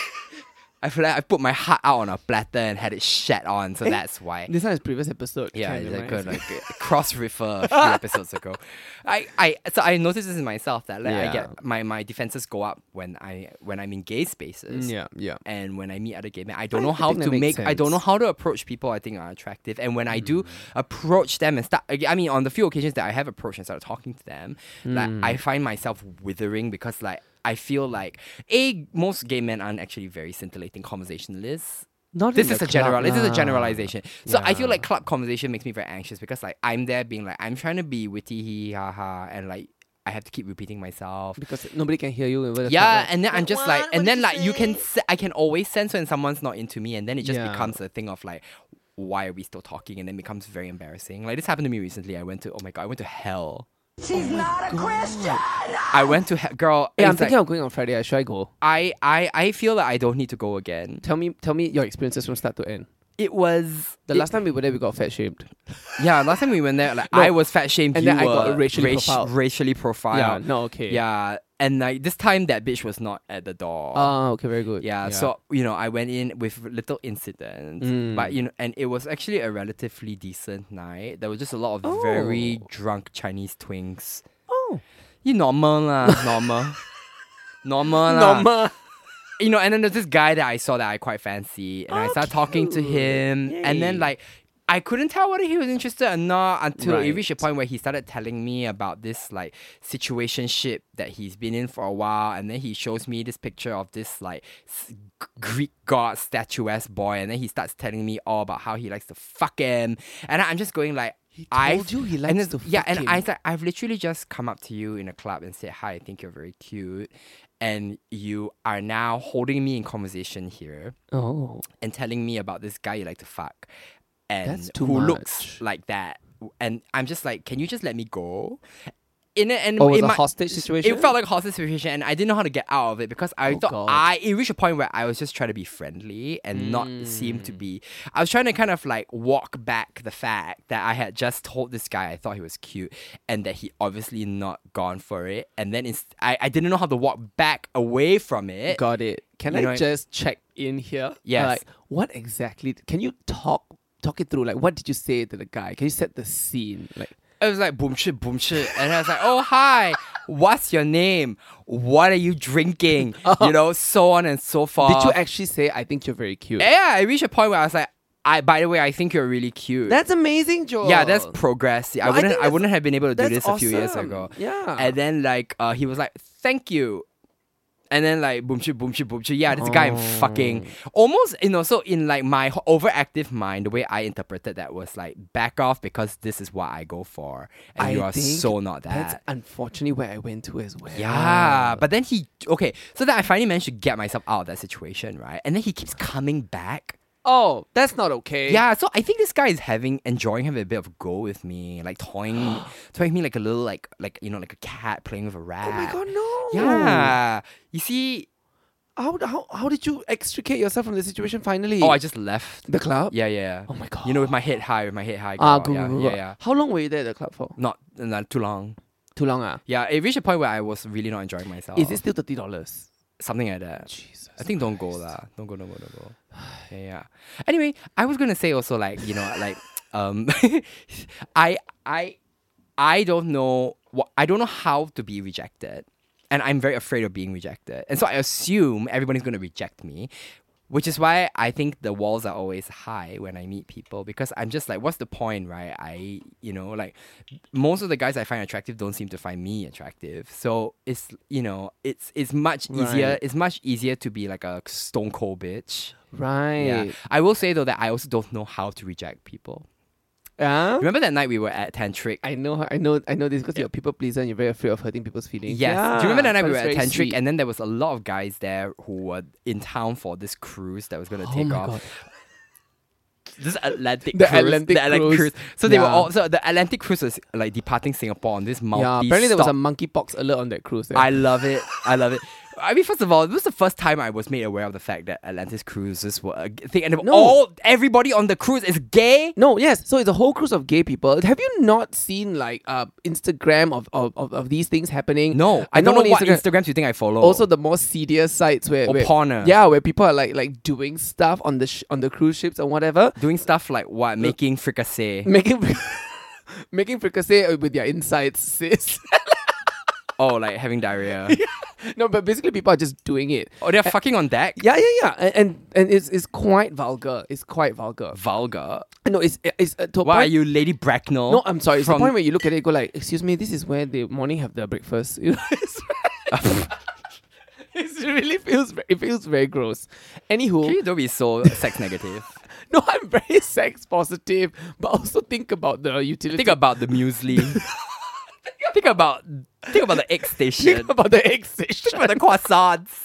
I've like, I put my heart out on a platter and had it shat on, so that's why.
[laughs] This one is previous episode.
Yeah,
kind
it's
of,
like
right?
a,
[laughs]
like a cross refer a few episodes ago. I, I so I noticed this in myself that like I
Yeah.
get my, my defenses go up when I when I'm in gay spaces.
Yeah, yeah.
And when I meet other gay men, I don't
I
know how
think that
to make
makes
I don't know
sense. Mm.
how to approach people I think are attractive. And when I do approach them and start I mean on the few occasions that I have approached and started talking to them, like
Mm.
I find myself withering because like I feel like A most gay men aren't actually very scintillating conversationalists
Not
this
in
is
Mm, the
a general
club
this is a
lah.
generalization so i feel
Yeah.
like club conversation makes me very anxious because like i'm there being like i'm trying to be witty hee hee, ha ha and like i have to keep repeating myself
Because nobody can hear you. over
[laughs]
the
yeah
club, right?
and then i'm just like and then like you can se- i can always sense when someone's not into me and then it just
Yeah.
becomes a thing of like why are we still talking and then becomes very embarrassing like this happened to me recently i went to oh my god i went to hell
She's not a Christian.
i went to hell girl
Hey,
it's
I'm thinking
like,
of going on Friday. Should I go?
I, I i feel like i don't need to go again
Tell me, tell me your experiences from start to end.
it was
The
it-
last time we were there, we got fat shamed.
Yeah, last time we went
[laughs]
there, like
No.
I was fat shamed.
And
you
then I got
were
racially
raci-
profiled.
racially profiled.
Yeah, no, okay.
Yeah, and like this time that bitch was not at the door.
Ah, okay, very good.
yeah, so you know I went in with little incident,
Mm.
but you know, and it was actually a relatively decent night. There was just a lot of very
Oh.
drunk Chinese twinks.
oh,
You normal lah,
[laughs]
normal, normal lah
normal.
you know, and then there's this guy that I saw that I quite fancy, and I started talking to
Oh, cute.
him, and then
Yay.
like. I couldn't tell whether he was interested or not until it
Right.
reached a point where he started telling me about this like situationship that he's been in for a while, and then he shows me this picture of this like s- G- Greek god statuesque boy, and then he starts telling me all about how he likes to fuck him, and I'm just going like,
He
I
told you he
and
likes
it's-
to
yeah,
fuck
and
him.
I it's like I've literally just come up to you in a club and said, Hi, I think you're very cute. And you are now holding me in conversation here
Oh,
and telling me about this guy you like to fuck and
That's too
who
much.
looks like that. And I'm just like, Can you just let me go? In a, and
Oh, it was
in
a
my-
hostage situation?
It felt like a hostage situation, and I didn't know how to get out of it because I
Oh,
thought
God.
I it reached a point where I was just trying to be friendly and not seem
Mm.
to be. I was trying to kind of like walk back the fact that I had just told this guy I thought he was cute and that he obviously not gone for it, and then it's, I I didn't know how to walk back away from it.
got it. Can
Eh, You
I
know, it-
just check in here?
Yes.
Like, what exactly? Can you talk talk it through? Like, what did you say to the guy? Can you set the scene? Like,
It was like boom shit, boom shit, and I was like, oh hi. What's your name? What are you
[laughs]
drinking? You know, so on and so forth.
Oh. did you actually say, "I think you're very cute"?
Yeah, I reached a point where I was like, I. By the way, I think you're really cute.
That's amazing, Joel.
yeah, that's progress. I
Oh. Well, I
wouldn't.
think
I,
that's-
wouldn't have been able to do
that's
this a few years
awesome.
ago.
Yeah.
And then like uh, he was like, "Thank you." And then like boom shit, boom shit, boom shit. Yeah, this guy
Oh.
I'm fucking almost you know. So in like my ho- overactive mind, the way I interpreted that was like back off because this is what I go for, and
I
you are
think
so not that.
That's unfortunately where I went to as well.
Yeah, but then he okay. So then I finally managed to get myself out of that situation, right? And then he keeps coming back.
Oh, that's not okay.
Yeah, so I think this guy is having enjoying having a bit of a go with me, like toying,
[gasps]
me- toying me like a little like like you know like a cat playing with a rat.
Oh my god, no.
Yeah, you see.
How, how, how did you extricate yourself from the situation finally?
Oh, I just left.
the club?
Yeah, yeah.
Oh my
You know, with my head high, with my head high.
Ah,
girl.
good,
Oh, yeah,
good,
yeah,
good.
yeah.
How long were you there at the club for?
Not, not too long. Oh.
Too long, ah.
Yeah, it reached a point where I was really not enjoying myself.
Is it still thirty dollars?
something like that?
Jesus.
I think don't go lah. Don't go, don't go, don't
[sighs]
go. Yeah, yeah. Anyway, I was gonna say also like you know like um, [laughs] I I I don't know what I don't know how to be rejected, and I'm very afraid of being rejected, and so I assume everybody's gonna reject me. Which is why I think the walls are always high when I meet people because I'm just like, what's the point, right? I, you know, like most of the guys I find attractive don't seem to find me attractive. So it's, you know, it's it's much easier.
Right.
It's much easier to be like a stone cold bitch.
Right.
Yeah. I will say though that I also don't know how to reject people.
Ah?
Remember that night we were at Tantric?
I know. her- I know. I know this because you're a people pleaser and you're very afraid of hurting people's feelings.
Yes.
Yeah,
Do you remember that night
but
we were
it's
at
very
Tantric
sweet.
and then there was a lot of guys there who were in town for this cruise that was gonna
Oh
take
my
off.
God.
this Atlantic
The
cruise,
Atlantic
[laughs] the Atlantic
cruise.
cruise. So they were
Yeah.
all so the Atlantic cruise was like departing Singapore on this multi.
yeah, apparently there was a monkeypox alert on that cruise. eh.
[laughs] I love it. I love it. I mean, first of all, it was the first time I was made aware of the fact that Atlantis cruises were a g- thing, and
No.
all everybody on the cruise is gay.
No, yes. So it's a whole cruise of gay people. Have you not seen like uh Instagram of of, of, of these things happening?
No, I
And
don't
not
know
only
what Instagrams you think I follow.
Also, the more serious sites where,
Or
where
porn, ah.
yeah, where people are like like doing stuff on the sh- on the cruise ships or whatever,
doing stuff like what making fricassee.
making [laughs] making fricassee with their insides, sis. [laughs]
oh, like having [laughs] diarrhea.
no, but basically people are just doing it.
Oh, they're fucking on deck.
Yeah, yeah, yeah, and and, and it's, it's quite vulgar. It's quite vulgar.
Vulgar.
No, it's it's uh, to a
Why are
point-
you Lady Bracknell?
No, I'm sorry. It's
from-
the point where you look at it, you go like, "Excuse me, this is where the morning have their breakfast." [laughs] You know, it's, [laughs] it's really feels ve- it feels very gross. Anywho,
Please don't be so sex negative.
[laughs] no, I'm very sex positive, but also think about the utility.
think about the muesli. think about think about the egg station.
[laughs] Think
think
about the egg station.
about the croissants.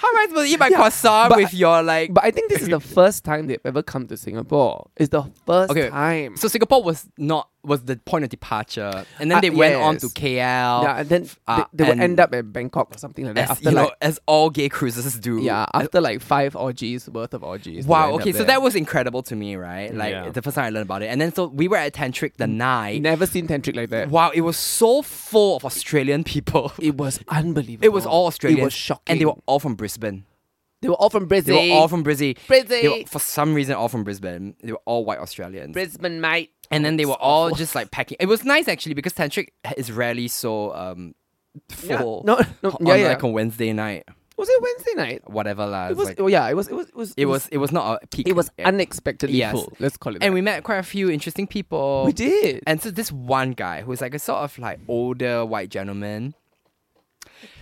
How am I supposed
[laughs]
to eat my croissant
but-
with your like?
But I think this is the first time they've ever come to Singapore. It's the first
Okay,
time.
so Singapore was not was the point of departure, and then
Ah,
they went on
yes.
to KL.
yeah, and then
uh,
they, they will
and-
end up at Bangkok or something like that
as,
after
you know,
like
as all gay cruises do.
yeah after like five orgies worth of orgies. they
Wow.
end up
Okay. So
there.
that was incredible to me, right? Like
Yeah.
the first time I learned about it, and then so we were at Tantric the night.
never seen tantric like that.
Wow, it was so full of Australian people.
[laughs] It was unbelievable.
It was all Australian.
Oh. It was shocking.
And they were all from Brisbane.
they were all from
They
Brisbane.
were all from Brisbane. They
Brisbane.
were, for some reason, all from Brisbane. They were all white Australians.
Brisbane, mate.
and then they were all just like packing. It was nice actually because Tantric is rarely so um full.
No, no,
on
[laughs] yeah, yeah.
like a Wednesday night,
was it Wednesday night?
whatever lah.
It
It's
was.
like-
oh yeah, it was. It was. It was.
it was. It was not a peak.
It was
Yeah.
unexpectedly
Yes.
full. Let's call it.
and
that.
we met quite a few interesting people.
we did.
And so this one guy who's like a sort of like older white gentleman.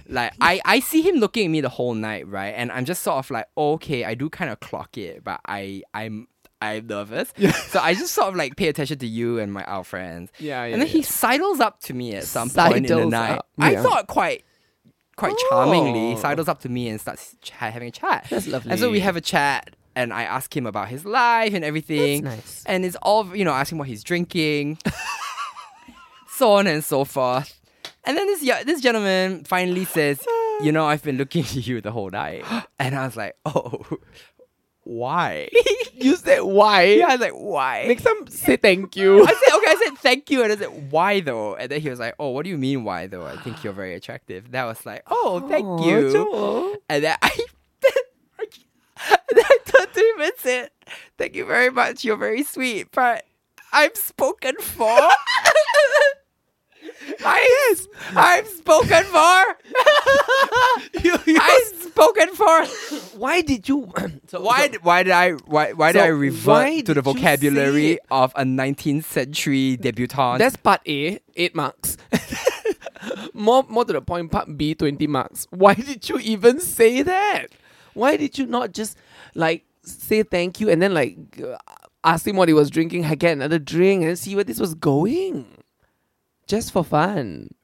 Like I, I see him looking at me the whole night, right? And I'm just sort of like, okay, I do kind of clock it, but I I'm I'm nervous. So I just sort of like pay attention to you and my our friends.
Yeah, yeah,
And then he
yeah.
sidles up to me at some point in the
Sidles
night.
up,
I
yeah.
thought quite quite charmingly
Oh.
sidles up to me and starts ch- having a chat.
That's
And so we
lovely.
have a chat and I ask him about his life and everything.
That's nice.
And it's all, you know, asking what he's drinking, [laughs] so on and so forth. And then this yo- this gentleman finally says, "You know, I've been looking [laughs] at you the whole
[gasps]
night." And I was like, "Oh,
[laughs]
why?"
you said why?
yeah, I was like, "Why?"
Make some say thank you.
I said, okay, I said thank you. And I said, why though? And then he was like, oh, what do you mean why though? I think you're very attractive. That was like, oh, thank
Aw,
you.
Joel.
And then I, [laughs] and then I turned to him and said, thank you very much. You're very sweet, but I'm spoken for. [laughs] I, I'm
[laughs]
spoken for. I'm spoken for.
[laughs] why did you? [clears throat] [coughs] so,
Why? d- Why did I? Why? Why did
So
I revert
why
to the
did you say
vocabulary
it?
of a 19th century debutante?
That's part A, eight marks. [laughs] more more to the point, part B, twenty marks. Why did you even say that? Why did you not just like say thank you and then like uh, ask him what he was drinking, I get another drink, and then see where this was going? Just for fun.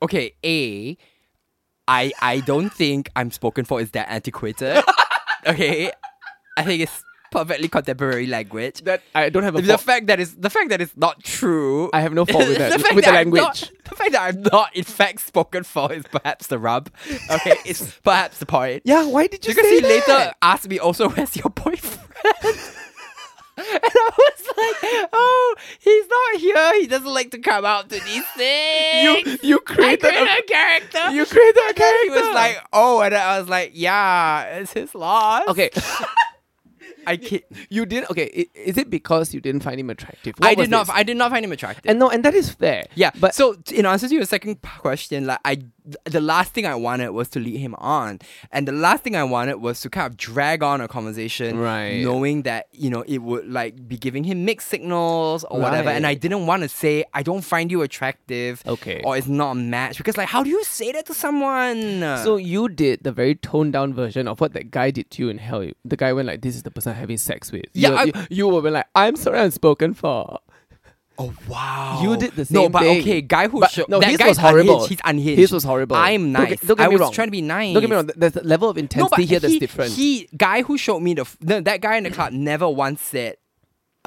okay. A, I I don't think I'm spoken for is that [laughs] antiquated. okay, I think it's perfectly contemporary language.
That I don't have a
the
fault.
fact that is the fact that it's not true.
I have
[laughs]
no fault with that.
fact
with the
I'm
language.
not- [laughs] the fact that I'm not in fact spoken for is perhaps the rub.
[laughs]
Okay, it's perhaps the point.
yeah, why did you
because
say
he
that?
later asked me also [laughs] where's your boyfriend and i was like oh he's not here he doesn't like to come out to these things
[laughs] you you
I
created,
created
a,
a character
you created a character.
he was like oh and i was like yeah it's his loss
okay, [laughs]
i kid-
you didn't. Okay, i- is it because you didn't find him attractive?
i
What was
did not
this?
i did not find him attractive
and no, and that is fair.
yeah,
but
but so t- in answer to your second p- question, like I, the last thing I wanted was to lead him on, and the last thing I wanted was to kind of drag on a conversation,
Right.
Knowing that you know it would like be giving him mixed signals or whatever, and I
Right.
didn't want to say I don't find you attractive,
Okay.
or it's not a match because like how do you say that to someone?
So you did the very toned down version of what that guy did to you in hell. The guy went like, "This is the person I'm having sex with." You
Yeah,
were-
I-
you, you were like, "I'm sorry, I'm spoken for."
oh wow,
You did the
No,
same
but
thing.
okay, guy who
But
showed
no,
that
his
guy
was
is unhinged,
horrible.
He's unhinged.
His was horrible.
I'm
Don't
nice.
get- don't get
I
me
was
wrong.
trying to be nice.
Don't get me wrong. th- There's a level of intensity here that's
he,
different.
He guy who showed me the f- no, that guy in the club never once said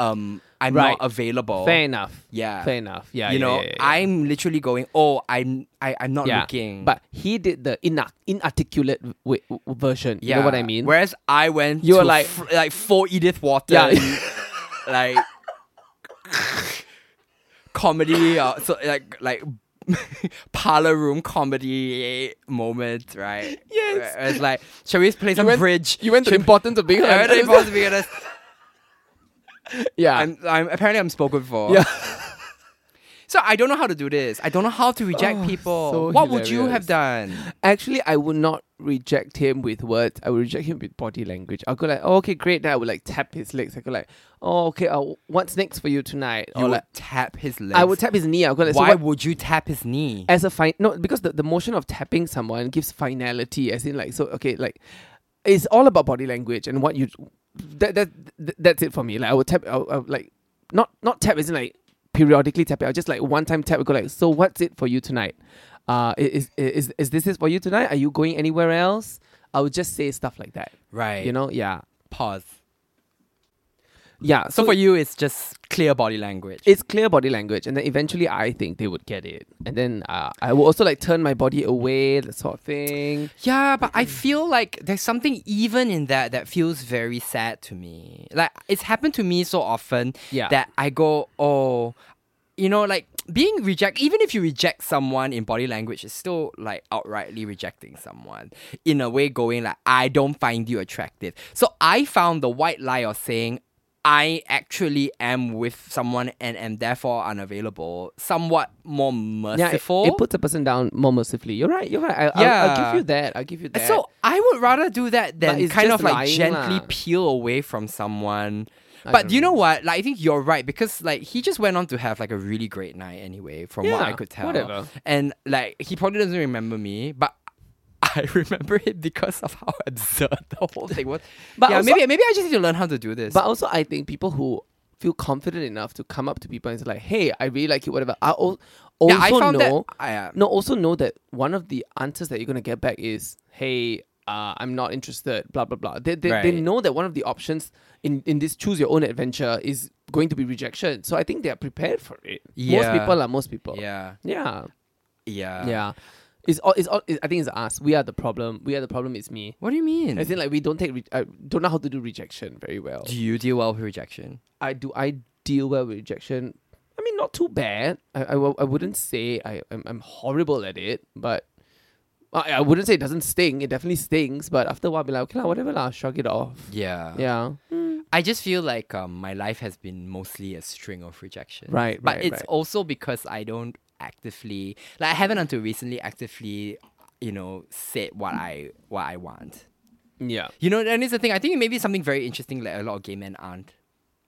um I'm
Right.
not available.
Fair enough.
Yeah.
Fair enough. Yeah.
you
yeah,
know,
yeah, yeah, yeah.
I'm literally going, oh, I'm I, I'm not
yeah.
looking.
But he did the inac inarticulate w- w- version. You know what I mean?
Whereas I went
You
you
were
to
like-
like like for Edith Wharton,
Yeah.
like comedy or so like like [laughs] parlor room comedy moment, right?
Yes.
It's like, shall we play some
went-
bridge?
you went to
Shall- [laughs]
importance of being
Yeah, I went to
[laughs] honest.
important because
yeah.
I'm, I'm apparently I'm spoken for.
Ah. yeah.
[laughs] So I don't know how to do this. I don't know how to reject people.
Oh, so
what would you have
hilarious.
done?
Actually, I would not reject him with words. I would reject him with body language. I'll go like, oh, okay, great. Then I would like tap his legs. I go like, oh, okay, uh, what's next for you tonight?
You
or
would
like,
tap his legs.
I would tap his knee. I'll go like, so
Why
what-
would you tap his knee?
as a fin no because the, the motion of tapping someone gives finality as in like so okay like it's all about body language and what you that that, that that's it for me like i would tap I, would- I would, like not not tap isn't like periodically tap it i'll just like one time tap go like so what's it for you tonight uh i- is is is this it for you tonight are you going anywhere else i would just say stuff like that
Right.
you know yeah
Pause.
yeah
So, for you, it's just clear body language.
it's clear body language and then eventually i think they would get it and then uh, i will also like turn my body away that sort of thing
yeah, but I feel like there's something even in that that feels very sad to me. Like it's happened to me so often
Yeah.
that I go, oh, you know, like being reject. Even if you reject someone in body language, it's still like outrightly rejecting someone in a way, going like, I don't find you attractive. So I found the white lie of saying. I actually am with someone and am therefore unavailable, somewhat more
yeah, it-
merciful.
It, puts a person down more mercifully. You're right. You're right. I, I'll, I'll give
Yeah.
you that. I'll give you that.
So I would rather do that than
it's
kind
just
of like
lying
gently
lah.
peel away from someone. But
don't
do you know what? Like I think you're right because like he just went on to have like a really great night anyway, from what I
Yeah,
could tell.
whatever.
And like he probably doesn't remember me, but [laughs] I remember him because of how [laughs] absurd the whole thing was.
[laughs] But
But yeah,
also-
maybe maybe I just need to learn how to do this.
but also, I think people who feel confident enough to come up to people and say like, "Hey, I really like you," whatever. I al- also
yeah, I found
know.
that I, uh,
No, also know that one of the answers that you're gonna get back is, "Hey, uh, I'm not interested." Blah blah blah. They they, they
Right.
know that one of the options in in this choose your own adventure is going to be rejection. So I think they are prepared for it.
Yeah.
Most people are most people.
yeah,
Yeah.
yeah,
yeah. It's all. It's all. It, I think it's us. We are the problem. We are the problem. It's me.
What do you mean?
As in, like we don't take, re- I don't know how to do rejection very well.
do you deal well with rejection?
I do. I deal well with rejection. I mean, not too bad. I, I, wo- I wouldn't say I, I'm, I'm horrible at it, but I, I wouldn't say it doesn't sting. It definitely stings, but after a while, I'll be like, okay, lah, whatever, lah, shrug it off.
Yeah.
Yeah,
I just feel like um, my life has been mostly a string of rejection.
Right,
But
right,
it's
right.
also because I don't actively like I haven't until recently actively, you know, said what I what I want.
yeah.
You know, and it's the thing. I think it may be something very interesting that a lot of gay men aren't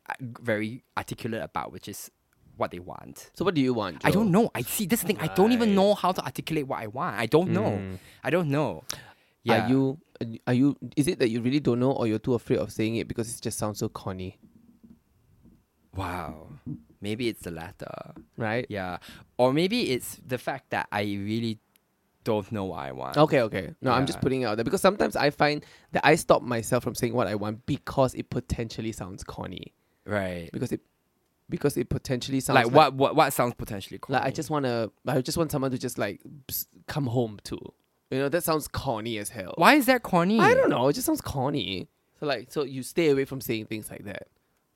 uh, very articulate about, which is what they want.
So, what do you want?
I don't know. I see this thing. I don't even know how to articulate what I want. I don't know. I don't know. Yeah.
Mm. Are you? Are you? Is it that you really don't know, or you're too afraid of saying it because it just sounds so corny,
Wow. Maybe it's the latter.
right?
Yeah. Or maybe it's the fact that I really don't know what I want.
Okay, okay. No, I'm just
Yeah.
putting it out there because sometimes I find that I stop myself from saying what I want because it potentially sounds corny.
Right.
Because it because it potentially sounds
Like, what, what what sounds potentially corny?
like I just want to I just want someone to just like s- come home to. You know, that sounds corny as hell.
Why is that corny?
I don't know, it just sounds corny. So like so you stay away from saying things like that.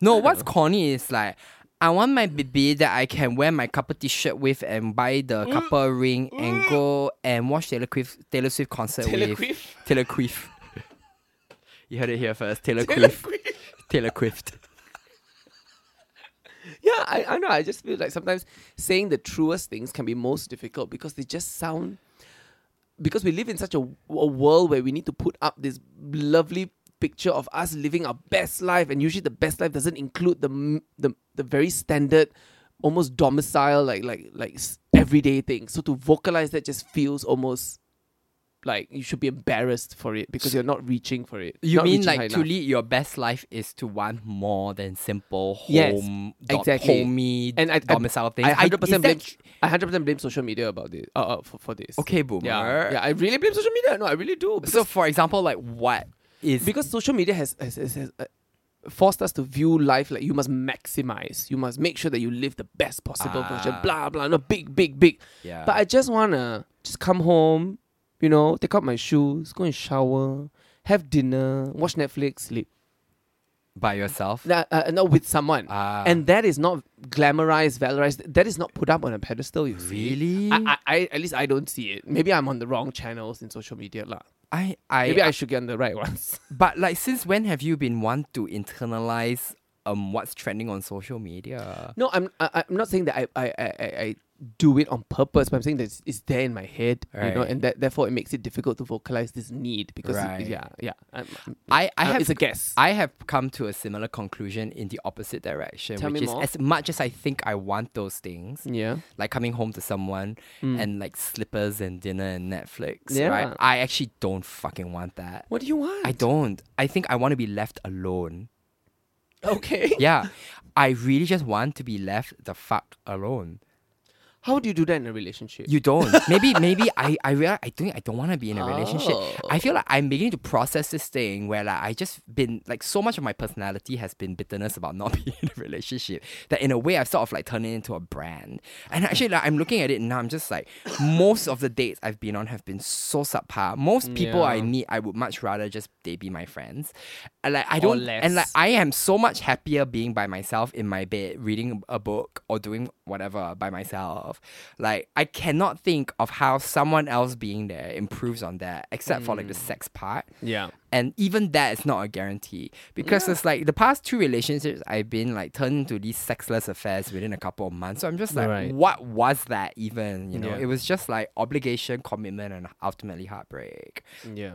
No, what's corny is like I want my baby that I can wear my couple t-shirt with and buy the
Mm.
couple ring and go and watch Taylor Swift Taylor Swift concert
Taylor
with
Swift?
Taylor Swift. [laughs] you heard it here first. Taylor Swift. Taylor Swift.
Yeah, I, I know. I just feel like sometimes saying the truest things can be most difficult because they just sound. Because we live in such a, a world where we need to put up this lovely picture of us living our best life, and usually the best life doesn't include the m- the, the very standard, almost domicile like like like s- everyday things. So to vocalize that just feels almost like you should be embarrassed for it because you're not reaching for it.
You
not
mean
reaching high
like to
enough.
lead your best life is to want more than simple home,
Yes,
dom-
exactly.
homey
And I- I-
domicile things?
I hundred
is
percent
that
blame.
tr-
I hundred percent blame social media about this. Uh, uh for, for this.
Okay, boomer.
Yeah, yeah. I really blame social media. No, I really do. Because,
So, for example, like what is
because social media has has, has, has uh, forced us to view life like you must maximize. You must make sure that you live the best possible version.
Ah.
Blah blah. No big, big, big.
Yeah.
But I just wanna just come home, you know, take out my shoes, go and shower, have dinner, watch Netflix, sleep.
by yourself.
Nah, uh, no, with someone.
Ah.
And that is not glamorized, valorized. That is not put up on a pedestal. You see.
really?
I, I, I, at least I don't see it. Maybe I'm on the wrong channels in social media, lah.
I, I,
Maybe I should get on the right [laughs] ones.
But like, since when have you been one to internalize um what's trending on social media?
No, I'm I, I'm not saying that I I, I, I I do it on purpose, but I'm saying that it's, it's there in my head, you know,
Right.
and that therefore it makes it difficult to vocalize this need because it-
Right.
yeah yeah. I'm- I'm-
I, I
uh,
have
it's a guess.
I have come to a similar conclusion in the opposite direction,
Tell
which
me
is
more.
as much as I think I want those things,
yeah.
like coming home to someone and like slippers and dinner and Netflix,
Mm. Yeah.
right? I actually don't fucking want that.
What do you want?
I don't. I think I want to be left alone.
[laughs] Okay. [laughs]
Yeah. I really just want to be left the fuck alone.
How do you do that in a relationship?
You don't.
[laughs]
Maybe maybe I I realize I think I don't want to be in a relationship.
Oh.
I feel like I'm beginning to process this thing where like I just been like so much of my personality has been bitterness about not [laughs] being in a relationship that in a way I've sort of like turned it into a brand. And actually like I'm looking at it now, I'm just like most of the dates I've been on have been so subpar. Most people I
Yeah.
meet, I would much rather just they be my friends. And like I
Or
don't and like
less.
I am so much happier being by myself in my bed, reading a book or doing whatever by myself. Like I cannot think of how someone else being there improves on that, except for like the sex part.
Mm. yeah.
And even that is not a guarantee because it's like the past two relationships I've been like turned into these sexless affairs within a couple of months. So I'm just like,
Right.
what was that even? You know,
Yeah.
it was just like obligation, commitment, and ultimately heartbreak.
Yeah.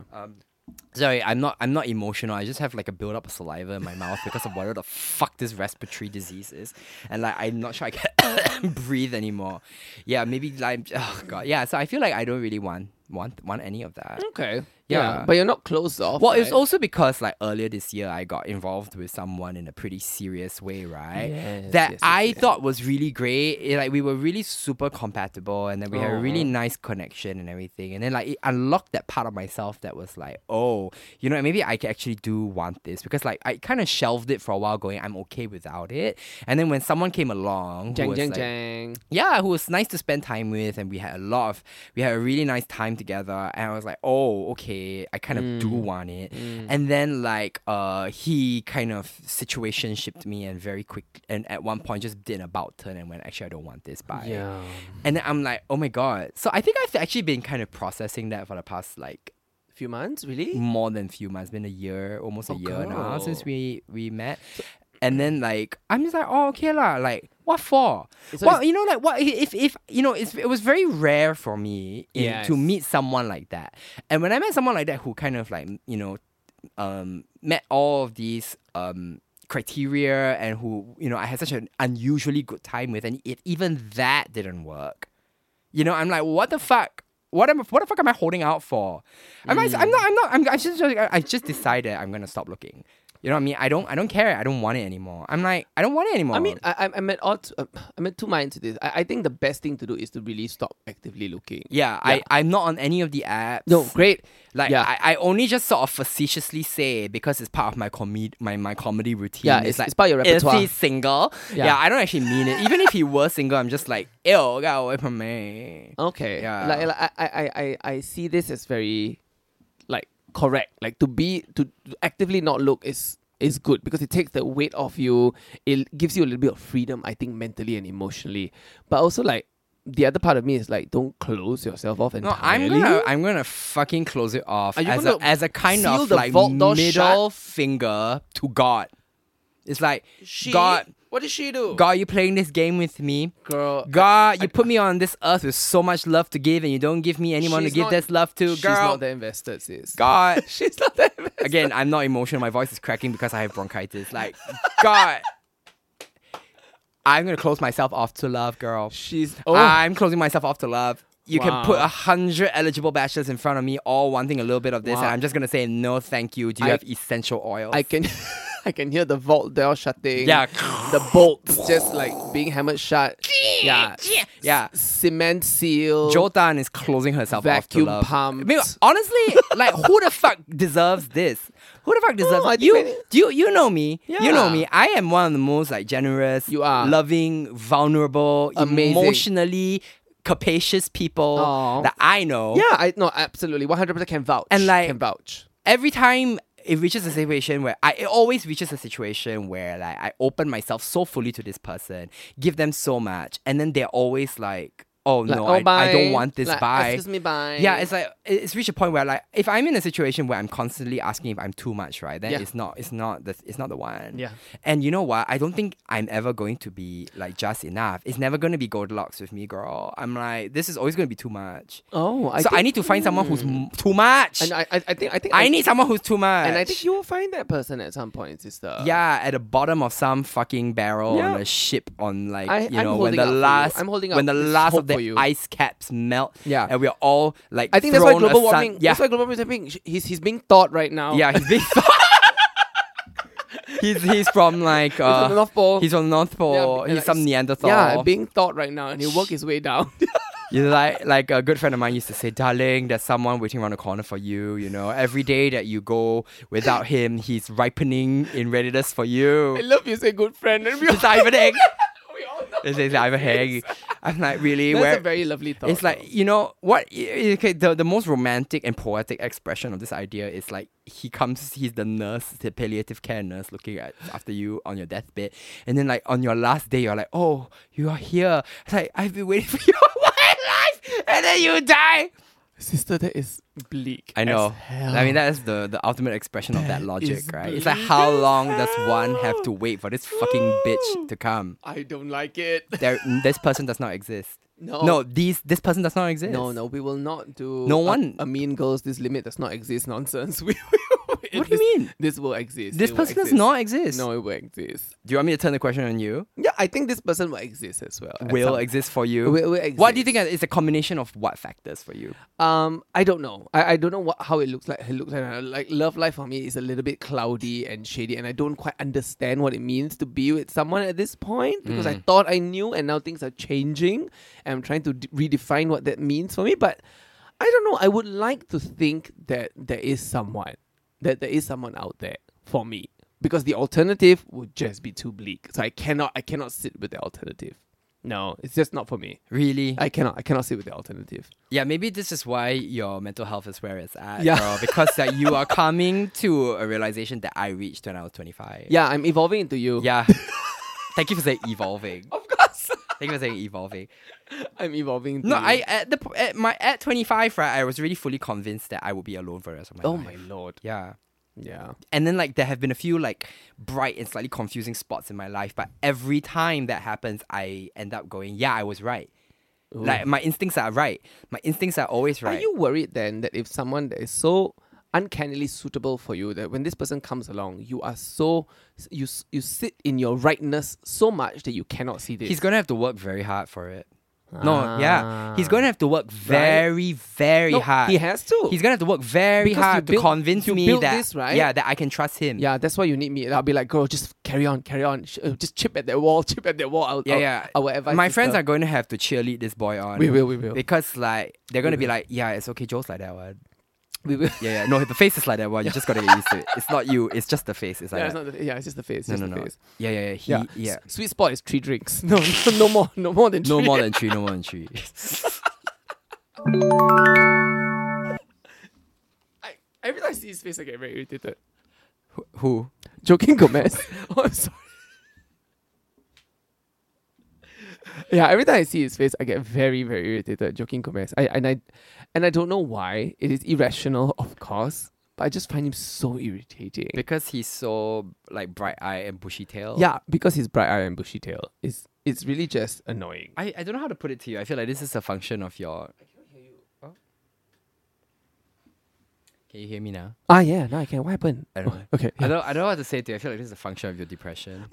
Sorry, I'm not. I'm not emotional. I just have like a build up of saliva in my mouth because of whatever the fuck this respiratory disease is, and like I'm not sure I can [coughs] breathe anymore. Yeah, maybe like oh god, yeah. So I feel like I don't really want want want any of that.
okay. Yeah.
Yeah.
But you're not closed off.
Well, it's
right?
also because like earlier this year I got involved with someone in a pretty serious way, right?
Yes, yes,
that
yes,
I
yes.
thought was really great. It, like we were really super compatible, and then we had a
Oh.
really nice connection and everything. And then like it unlocked that part of myself that was like, oh, you know, maybe I ca- actually do want this because like I kind of shelved it for a while, going I'm okay without it. And then when someone came along, who
Jang
was,
jang
like,
jang.
yeah, who was nice to spend time with, and we had a lot of, we had a really nice time together. And I was like, oh, okay, I kind of do want it. And then like, uh, he kind of situation shipped me, and very quick, and at one point just did an about turn and went, actually, I don't want this. Bye.
Yeah.
And then I'm like, oh my god. So I think I've actually been kind of processing that for the past like
Few months, really?
more than few months, been a year, almost a
Oh,
year now
girl.
since we we met. And then like I'm just like oh okay lah like what for?
So
well
it's-
you know like what if if you know it's, it was very rare for me in-
Yes.
to meet someone like that. And when I met someone like that who kind of like you know um met all of these um criteria and who you know I had such an unusually good time with and if even that didn't work you know, I'm like, what the fuck? What am what the fuck am I holding out for? Am I, I'm not. I'm not. I'm, I just. I just decided I'm gonna stop looking. You know what I mean? I don't. I don't care. I don't want it anymore. I'm like, I don't want it anymore.
I mean, I, I'm- I'm at odds. Uh, I'm at two minds to this. I, I think the best thing to do is to really stop actively looking.
yeah,
yeah.
I. I'm not on any of the apps.
No, great.
Like
Yeah.
I, I only just sort of facetiously say because it's part of my comed my, my comedy routine.
Yeah, it's-
like
it's part of your
Is
repertoire."
he single?
Yeah.
Yeah. I don't actually mean it. Even if he were single, I'm just like, ew, get away from me.
Okay.
Yeah.
Like, like, I, I, I, I I see this as very, like, correct. Like to be to to actively not look is is good because it takes the weight off you. It gives you a little bit of freedom, I think, mentally and emotionally. But also like the other part of me is like, don't close yourself off
No,
entirely.
I'm gonna I'm gonna fucking close it off
Are you
as a,
gonna
as a kind
seal
of
the
like
vault door
middle finger to God. It's like
She,
God,
What did she do?
God, you playing this game with me.
Girl.
God, you put me on this earth with so much love to give, and you don't give me anyone
She's
to give
not-
this love to.
She's
Girl,
not the investor, sis. [laughs]
God, [laughs]
She's not the investor.
again, I'm not emotional. My voice is cracking because I have bronchitis. Like, God, I'm gonna close myself off to love, girl.
She's oh
I'm closing myself off to love. You
Wow.
can put a hundred eligible bachelors in front of me, all wanting a little bit of this,
Wow.
and I'm just gonna say no, thank you. Do you
I-
have essential oils?
I can [laughs] I can hear the vault door shutting.
Yeah.
The bolts just like being hammered shut. yeah.
Yeah.
Cement seal.
Jotan is closing herself
Vacuum
off to love.
pumped.
I mean, honestly, like who the fuck deserves this? Who the fuck deserves
No, I think
you?
many-
You you know me. You know
Yeah.
me. I am one of the most like generous,
You are.
loving, vulnerable,
Amazing.
emotionally capacious people
Aw.
that I know.
Yeah, I no, absolutely. 100% can vouch.
And, like-
can vouch.
Every time it reaches a situation where I it always reaches a situation where like I open myself so fully to this person, give them so much, and then they're always like, "Oh
Like,
no,
oh,
I, I
bye.
don't want this."
Like,
bye.
Excuse me, bye.
Yeah, it's like it- it's reached a point where like if I'm in a situation where I'm constantly asking if I'm too much, right? Then
Yeah.
it's not it's not the it's not the one.
Yeah.
And you know what? I don't think I'm ever going to be like just enough. It's never gonna be Goldilocks with me, girl. I'm like this is always gonna be too much.
Oh, I
so I
think-
need to find someone who's m- too much.
And I, I, I think I think
I need someone who's too much.
and I think you will find that person at some point, sister.
yeah, at the bottom of some fucking barrel on
Yeah.
a ship on like
I-
you
I'm
know when
holding
the
out for you.
last
I'm holding out
when the
this
last
hope
of
for
the
you.
ice caps melt
Yeah.
and we're all like
I think that's why
thrown
global
asa-
warming.
yeah
That's why global warming is happening. Sh- He's he's being taught right now.
Yeah, he's big. [laughs] he's he's from like uh,
from the North Pole.
He's from the North
Yeah,
Pole.
and
he's
like,
some
s-
Neanderthal.
Yeah, being taught right now, and he'll work his way down. [laughs]
You like like a good friend of mine used to say, "Darling, there's someone waiting around the corner for you. You know, every day that you go without him, he's ripening in readiness for
I
you.
love you, say good friend, and we [laughs] all,
It's Ivan
we all know.
This is Ivan Hag. I'm like really
That's
where
a very lovely thought.
it's like you know what y- okay the, the most romantic and poetic expression of this idea is like he comes he's the nurse the palliative care nurse looking at after you on your deathbed and then like on your last day you're like oh you are here it's like i've been waiting [laughs] for you all my life and then you die
though. sister, that is bleak.
i know
As hell.
i mean that's the the ultimate expression of that logic
is
right it's
bleak
like how
as
long does one have
hell.
to wait for this fucking bitch to come
I don't like it.
there this person does not exist
[laughs] No.
no these this person does not exist
No, no, we will not do.
No
a-
one-
A, Mean Girls. This limit does not exist. Nonsense. [laughs] We will.
What do
this-
you mean?
This will exist.
this
It will
person does
exist.
not exist.
No, it will exist.
Do you want me to turn the question on you?
Yeah, I think this person will exist as well. at
Will
some-
exist for you?
Will- will
What do you
exist.
think it's a combination of what factors for you?
Um, I don't know. I, I don't know what how it looks like. It looks like uh, like love life for me is a little bit cloudy and shady, and I don't quite understand what it means to be with someone at this point because I thought I knew, and now things are changing. And I'm trying to d- redefine what that means for me, but I don't know. I would like to think that there is someone, that there is someone out there for me because the alternative would just be too bleak. So I cannot, I cannot sit with the alternative. No, it's just not for me.
Really?
I cannot, I cannot sit with the alternative.
yeah, maybe this is why your mental health is where it's at.
Yeah.
girl, because that you
[laughs]
are coming to a realization that I reached when I was 25.
Yeah, I'm evolving into you.
Yeah. Thank you for saying evolving.
[laughs] Of course. [laughs]
Thank you for saying evolving.
I'm evolving.
No,
too.
I at the po- at my at 25, right, I was really fully convinced that I would be alone for the rest of my
Oh
life.
my lord.
Yeah.
Yeah.
and then like there have been a few like bright and slightly confusing spots in my life but every time that happens i end up going yeah i was right like my instincts are right my instincts are always right
Are you worried then that if someone that is so uncannily suitable for you, that when this person comes along, you are so you s- you sit in your rightness so much that you cannot see this?
he's gonna have to work very hard for it no yeah he's
Ah.
gonna have to work very very
No,
hard
He has to.
he's gonna have to work very
Because
hard
you
to
built-
convince
you
me
built
that
this, right?
yeah that i can trust him
yeah, that's why you need me. I'll be like, girl, just carry on, carry on. Sh- uh, Just chip at that wall, [laughs] chip at that wall. I'll,
yeah,
I'll,
yeah.
I will advise
My
sister.
friends are going to have to cheerlead this boy on.
We will, we will.
Because like they're going to be like, yeah, it's okay. Joe's like that one.
[laughs] We will.
[laughs] Yeah, yeah. No, the face is like that one. You just got to get used to it. It's not you. It's just the face. It's like
Yeah,
that.
it's not the, yeah, it's just the face.
No,
just
no,
the
no.
face.
Yeah, yeah, yeah. He,
Yeah.
yeah.
[laughs] S- Sweet spot is three drinks. [laughs] No, no, no more, no more than three.
No more than three. No more than three. [laughs]
I, every time I see his face, I get very irritated.
Who?
[laughs] Joking Gomez. [laughs] oh, I'm sorry. Yeah, every time I see his face, I get very, very irritated. Joking Gomez. I and I and I don't know why. It is irrational, of course, but I just find him so irritating.
Because he's so like bright eye and bushy tail.
yeah, because his bright eye and bushy tail is it's really just annoying.
I, I don't know how to put it to you. I feel like this is a function of your. I can't hear you. Oh. Can you hear me now?
Ah yeah, now I can. What happened? Oh,
I don't know.
Okay.
I
[laughs]
don't. I don't know what to say to you. I feel like this is a function of your depression.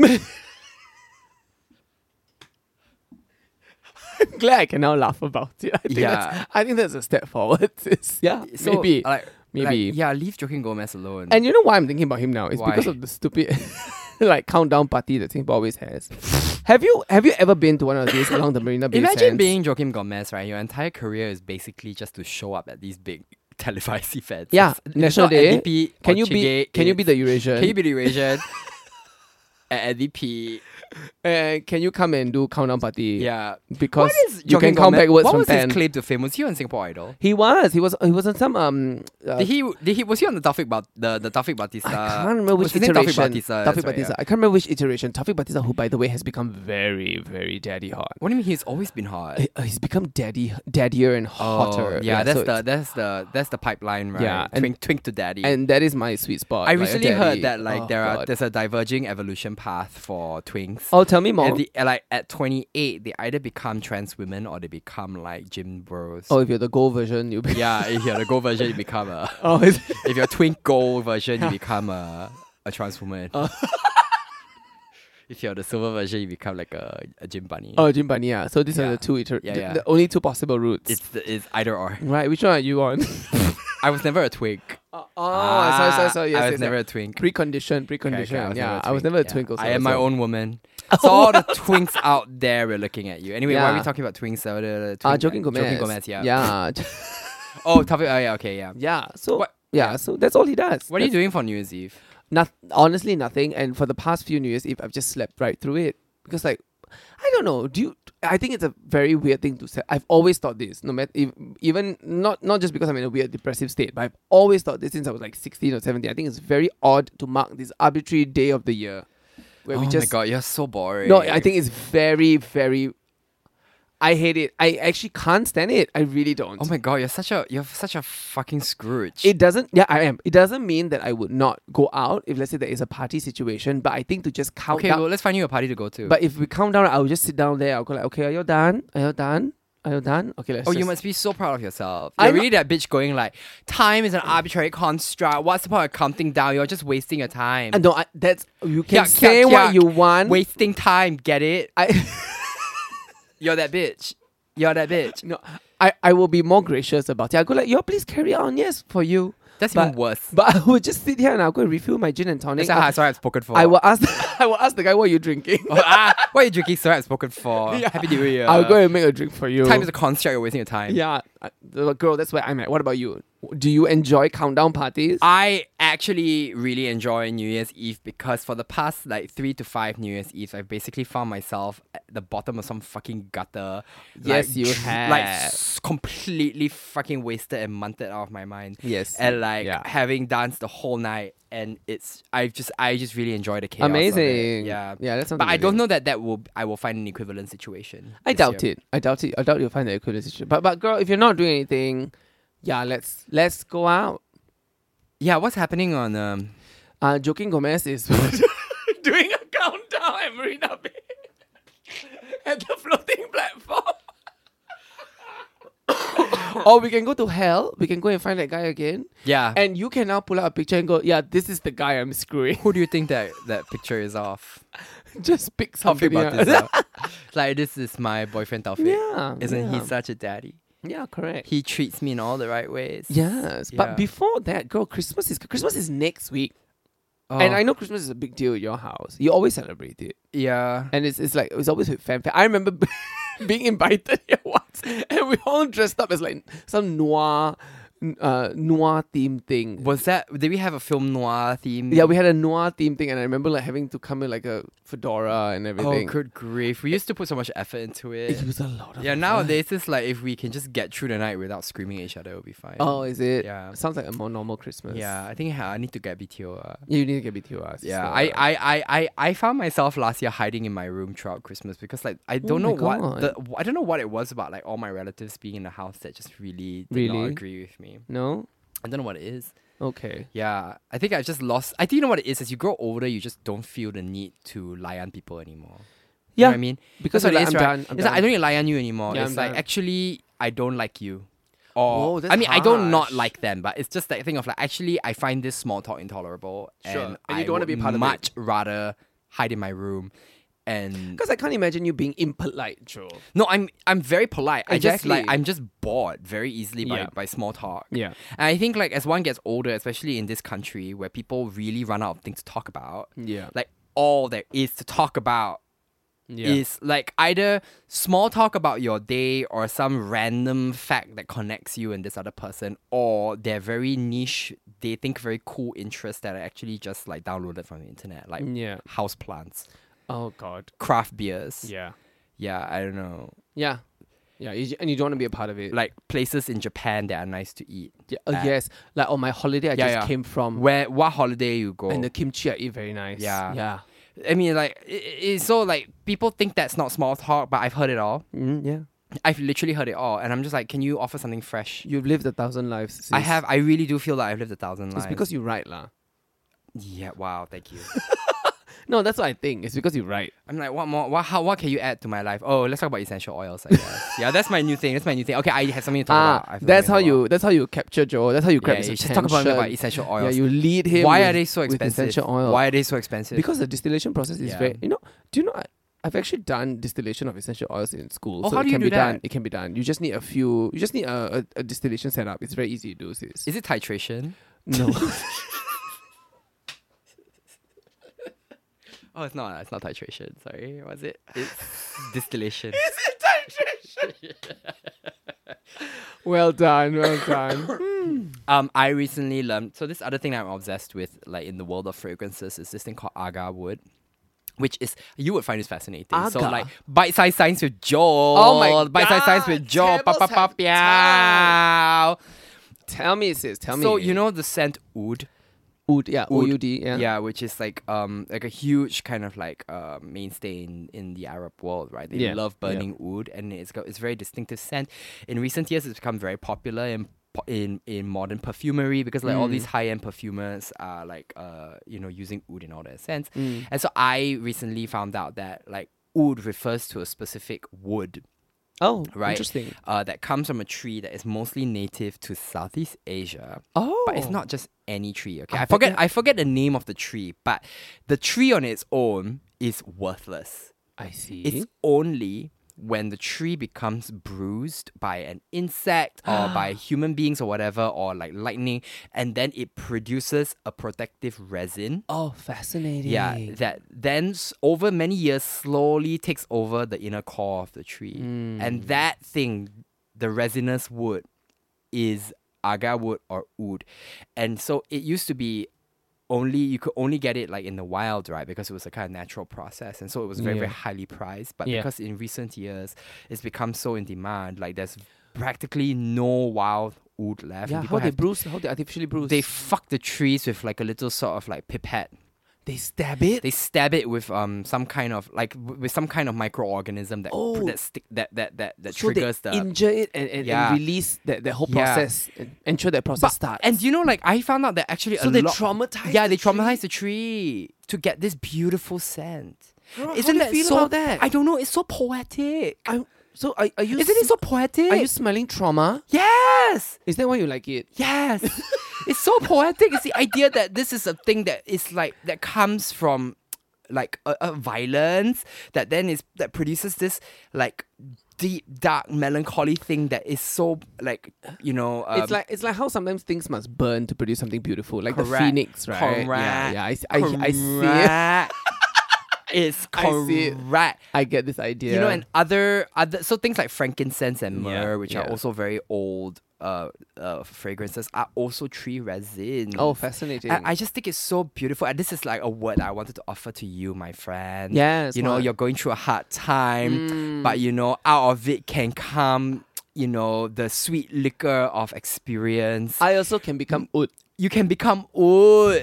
I'm glad I can now laugh about it. I think
Yeah.
[laughs] that's I think that's a step forward. It's- yeah.
So,
maybe.
like
Maybe.
Like, yeah, leave Joaquin Gomez alone.
And you know why I'm thinking about him now? It's
Why?
because of the stupid [laughs] like countdown party that Singapore always has. have you have you ever been to one
[coughs]
of these along the Marina Bay
Imagine
Sands?
being Joaquin Gomez, right? Your entire career is basically just to show up at these big [laughs] televised events.
Yeah,
It's- it's
National
not
Day.
NDP or
Can you be
Chingay,
can you be the
it's-
Eurasian?
Can you be the
[laughs]
Eurasian? at NDP.
and Uh, can you come and do countdown party?
Yeah.
Because
What is
you
Joaquin
can count
Gomez-
backwards
What
from
was
ten.
his claim to fame? Was he on Singapore Idol?
He was. He was. He was on some um. Uh,
Did he, did he was he on the Taufik ba- the, the Taufik Batista?
I can't remember which
was his name Taufik
iteration.
Batista,
Taufik
that's right,
Batista.
yeah.
I can't remember which iteration. Taufik Batista, who by the way has become very, very daddy hot.
What do you mean he's always been hot?
Uh, He's become daddy, daddier and hotter.
Oh, yeah, that's
so
the
it's-
that's the that's the pipeline, right?
Yeah, and-
twink twink to daddy.
and that is my sweet spot.
I
like,
recently
daddy.
heard that like
Oh,
there are
God.
there's a diverging evolution path for twinks.
Oh, tell me more.
At the, at, like at 28, they either become trans women or they become like gym bros.
oh, if you're the gold version, you be.
yeah. If you're the gold version, you become a.
[laughs]
[laughs]
Oh, is-
If you're twink gold version,
[laughs]
you become a a trans woman.
Oh.
[laughs] if you're the silver version, you become like a, a gym bunny.
oh, Jim Bunny. Yeah. So these are
Yeah.
the two iter-
Yeah,
the-
yeah.
The only two possible routes.
It's Oh, the, it's either or.
right. Which one are
[laughs]
you on?
I was never a twink.
oh,
Ah,
sorry, sorry, sorry. Yes,
I was
yes,
never
yes.
a twink.
preconditioned,
Okay,
preconditioned.
okay,
yeah,
never
I was never a
yeah.
twink. Also,
I am my
so-
own
[laughs]
woman. So all the twinks out there, we're looking at you. Anyway, why are we
Yeah.
talking about twinks? Uh, the- the
Ah,
twink-
Joaquin Gomez.
Joaquin Gomez, yeah.
Yeah.
Oh, topic. Oh, yeah. Okay, yeah.
yeah. So.
What-
Yeah, so that's all he does.
What are you doing for New Year's Eve?
Not honestly nothing. And for the past few New Year's Eve, I've just slept right through it because like I don't know. Do you? I think it's a very weird thing to say. I've always thought this. No matter if, even not not just because I'm in a weird depressive state, but I've always thought this since I was like 16 or 17. I think it's very odd to mark this arbitrary day of the year where we
oh
just
my god, you're so boring.
no. I think it's very very. I hate it. I actually can't stand it. I really don't.
Oh my god, you're such a you're such a fucking Scrooge.
It doesn't. Yeah, I am. It doesn't mean that I would not go out if let's say there is a party situation. But I think to just count
okay,
down.
well, let's find you a party to go to.
but if we count down, I will just sit down there. I'll go like, okay, are you done? Are you done? Are you done? Okay, let's.
oh, you
just-
must be so proud of yourself. You're
I'm
really that bitch going like, time is an arbitrary construct. What's the point of counting down? You're just wasting your time.
Uh, no, I, that's you can
Yuck,
say
yuck,
what
yuck.
you want.
wasting time. Get it?
I [laughs]
You're that bitch. You're that bitch.
no, I, I will be more gracious about it. I go like, yo, please carry on. Yes, for you.
That's
but,
even worse.
But [laughs] I will just sit here and I'll go and refill my gin and
[laughs]
tonic.
That's how
I-
I sorry I've spoken for.
I will ask. [laughs] I will ask the guy what you drinking.
ah, what are you drinking? Sorry I've spoken for. Happy New Year.
[laughs] I'll go and make a drink for you.
Time is a construct. You're wasting your time.
Yeah, I- the- girl, that's where I'm at. What about you? Do you enjoy countdown parties?
I actually really enjoy New Year's Eve because for the past like three to five New Year's Eves, I've basically found myself at the bottom of some fucking gutter.
Yes,
like,
you
dr- Like
have.
s- completely fucking wasted and munted out of my mind.
Yes.
And like
Yeah.
having danced the whole night, and it's I've just I just really enjoy the chaos. of it.
Amazing.
Yeah.
Yeah, that sounds
But I don't
amazing.
know that that will I will find an equivalent situation.
I
this
doubt
year.
it. I doubt it. I doubt you'll find the equivalent situation. But but girl, if you're not doing anything, yeah, let's let's go out.
Yeah. What's happening on um?
Uh, Joaquin Gomez is [laughs] doing a countdown at Marina Bay at the floating platform. [coughs] or we can go to hell. We can go and find that guy again.
Yeah.
And you can now pull out a picture and go, yeah, this is the guy I'm screwing. [laughs]
who do you think that that picture is of?
Just pick
Taufik
something.
Batista. [laughs] like this is my boyfriend Taufik.
[laughs] Yeah,
Isn't he
yeah.
such a daddy?
yeah, correct.
He treats me in all the right ways.
Yes,
Yeah.
but before that, girl, Christmas is Christmas is next week,
Oh,
and I know Christmas is a big deal at your house. You always celebrate it,
Yeah.
and it's it's like it's always with fanfare. I remember [laughs] being invited here [laughs] once, and we all dressed up as like some noir, uh, noir theme thing.
Was that did we have a film noir theme?
Yeah, we had a noir theme thing, and I remember like having to come in like a fedora and
Oh
everything.
good grief. We used to put so much effort into
it
it.
was a lot of
Yeah,
fun.
nowadays it's like if we can just get through the night without screaming at each other, it'll be fine.
Oh, is it?
Yeah.
sounds like a more normal Christmas.
Yeah, I think ha, I need to get BTO. Uh.
Yeah, you need to get BTO us.
Yeah, I, I, I, I, I found myself last year hiding in my room throughout Christmas because like I don't
Oh my
know what
God.
the, I don't know what it was about like all my relatives being in the house that just really did not
Really?
agree with me.
no.
I don't know what it is.
Okay.
Yeah, I think I just lost. I think you know what it is. As you grow older, you just don't feel the need to lie on people anymore. you know what I mean
because
that's
you're
what
like,
it is,
I'm
right?
done, I'm
it's like I
done.
don't need to lie on you anymore.
Yeah,
it's
I'm
like
done.
actually I don't like you. Or
Whoa, that's
I mean, I don't not
harsh.
like them, but it's just that thing of like actually I find this small talk intolerable,
Sure.
and,
And
I
you don't wanna
would
be part of it.
much rather hide in my room and
Because I can't imagine you being impolite, Joe.
no, I'm I'm very polite. I just like
Exactly.
I'm just bored very easily by,
Yeah.
by small talk.
Yeah.
And I think like as one gets older, especially in this country where people really run out of things to talk about.
Yeah.
Like all there is to talk about
Yeah.
is like either small talk about your day or some random fact that connects you and this other person, or they're very niche, they think very cool interests that are actually just like downloaded from the internet, like
Mm, Yeah.
house plants,
Oh God.
craft beers.
Yeah.
Yeah, I don't know.
Yeah. Yeah. You, and you don't want to be a part of it.
Like places in Japan that are nice to eat.
yeah, uh,
at-
yes. Like on my holiday, I
Yeah,
just
yeah.
came from,
Where what holiday you go?
and the kimchi I eat very nice.
Yeah.
Yeah.
I mean, like i- i- it's so like people think that's not small talk, but I've heard it all.
Mm, yeah.
I've literally heard it all, and I'm just like, can you offer something fresh?
You've lived a thousand lives.
I
sis.
have. I really do feel like I've lived a thousand lives.
It's because you write, lah.
Yeah. Wow. Thank you. [laughs]
No, that's what I think. It's because you write.
I'm like, what more? What? How? What can you add to my life? Oh, let's talk about essential oils. I [laughs] guess. yeah, that's my new thing. That's my new thing. Okay, I have something to talk about. I
Ah,
have
that's how
something to
you. That's how you capture Joe. That's how you
talk about.
grab
Yeah,
his
you just talk about, about
attention.
essential
Yeah,
oils.
you lead him.
Why are
with-
they so
with
expensive?
essential oil.
Why are they so expensive?
Because the distillation process is
Yeah.
very. You know, do you know? I, I've actually done distillation of essential oils in school.
Oh,
so
how
it
do you
can
do
be
that?
done. It can be done. You just need a few. You just need a, a, a distillation setup. It's very easy to do. Sis.
is it titration?
no,
Oh, it's not. It's not titration. Sorry, what is it? It's [laughs] distillation.
[laughs] well done, well done.
Um, I recently learned. So this other thing that I'm obsessed with, like in the world of fragrances, is this thing called agar wood, which is you would find this fascinating. So
Agar?
like bite size science with Joel.
Oh my
Bite size science with
God,
Joel. Pa
tables
pa pa
have time.
pow.
[laughs] tell me, sis. Tell me.
So you know the scent oud.
oud, yeah,
Oud.
oud, yeah,
Yeah, which is like um like a huge kind of like uh, mainstay in, in the Arab world, right? They
Yeah,
love
yeah.
burning wood, and it's got it's very distinctive scent. In recent years, it's become very popular in po- in in modern perfumery because like all
Mm.
these high end perfumers are like uh you know using wood in all their scents.
Mm.
And so I recently found out that like wood refers to a specific wood
Oh,
right?
Interesting.
Uh, that comes from a tree that is mostly native to Southeast Asia.
Oh.
but it's not just any tree. Okay, I
bet
forget.
that-
I forget the name of the tree, but the tree on its own is worthless.
I see.
It's only when the tree becomes bruised by an insect or by human beings or whatever or like lightning, and then it produces a protective resin.
oh, fascinating.
Yeah, that then s- over many years slowly takes over the inner core of the tree.
Hmm.
And that thing, the resinous wood, is agar wood or oud. And so it used to be only you could only get it like in the wild, right? Because it was a kind of natural process. And so it was very, very
Yeah.
highly priced. But
Yeah.
because in recent years it's become so in demand, like there's practically no wild wood left.
Yeah,
and people
how they
have-
bruise, how they artificially bruise.
they fuck the trees with like a little sort of like pipette
they stab it.
they stab it with um some kind of like w- with some kind of microorganism that
Oh.
that stick that that that, that
so
triggers
they
the
injure it and, and,
Yeah.
and release that, that whole
Yeah.
process and ensure that process
But-
starts.
And you know, like I found out that actually
so
a
they
lot.
traumatize.
yeah,
the
they traumatize the tree to get this beautiful scent.
Girl, how
Isn't
do you
that
feel
so?
about that?
I don't know. It's so poetic.
I, so are, are you?
Isn't it
sm-
so poetic?
Are you smelling trauma?
yes.
Is that why you like it?
Yes. it's so poetic. It's the idea that this is a thing that is like that comes from like a, a violence that then is that produces this like deep dark melancholy thing that is so like you know um,
it's like it's like how sometimes things must burn to produce something beautiful, like the
Correct.
phoenix, right? Yeah,
Correct.
yeah. I, I, I see. It.
correct. it's
[laughs] I see it.
correct
[laughs] I get this idea.
you know, and other other so things like frankincense and myrrh,
Yeah,
which are
yeah.
also very old uh, uh fragrances, are also tree resin.
Oh, fascinating.
I, I just think it's so beautiful, and this is like a word that I wanted to offer to you, my friend.
Yes,
you know,
what? Mm.
you're going through a hard time, but you know, out of it can come. You know the sweet liquor of experience.
I also can become oud.
you can become old.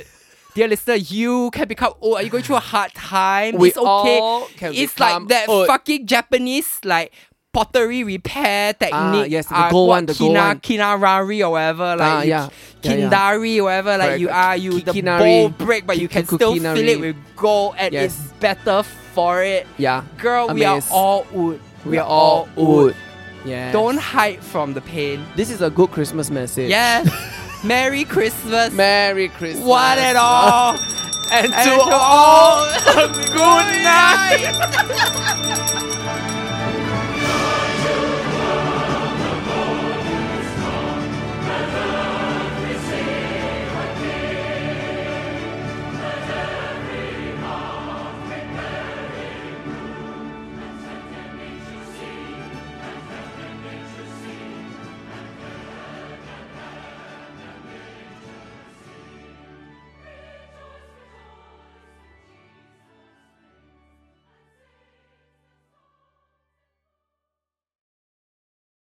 Dear listener, you can become old. Are you going through a hard time?
We
it's okay.
all can
it's
become
like that
old.
fucking Japanese like pottery repair technique.
Ah, yes, the
uh,
gold
what,
one, the gold
kina,
one.
Kinarari or whatever. Like
Ah,
you-
yeah. Yeah, yeah.
Kindari or whatever. Like
Correct.
you are, you
Ki-
the
kinari.
bowl break, but
Ki-
you can
kuku
still fill it
kinari.
with gold, and
Yes.
it's better for it.
Yeah,
Girl, we are
Amaze.
all old.
We are all oud. Yeah.
Don't hide from the pain.
This is a good Christmas message. [laughs]
Yes. Merry Christmas.
Merry Christmas.
What at all? [laughs] and, to all, a good night.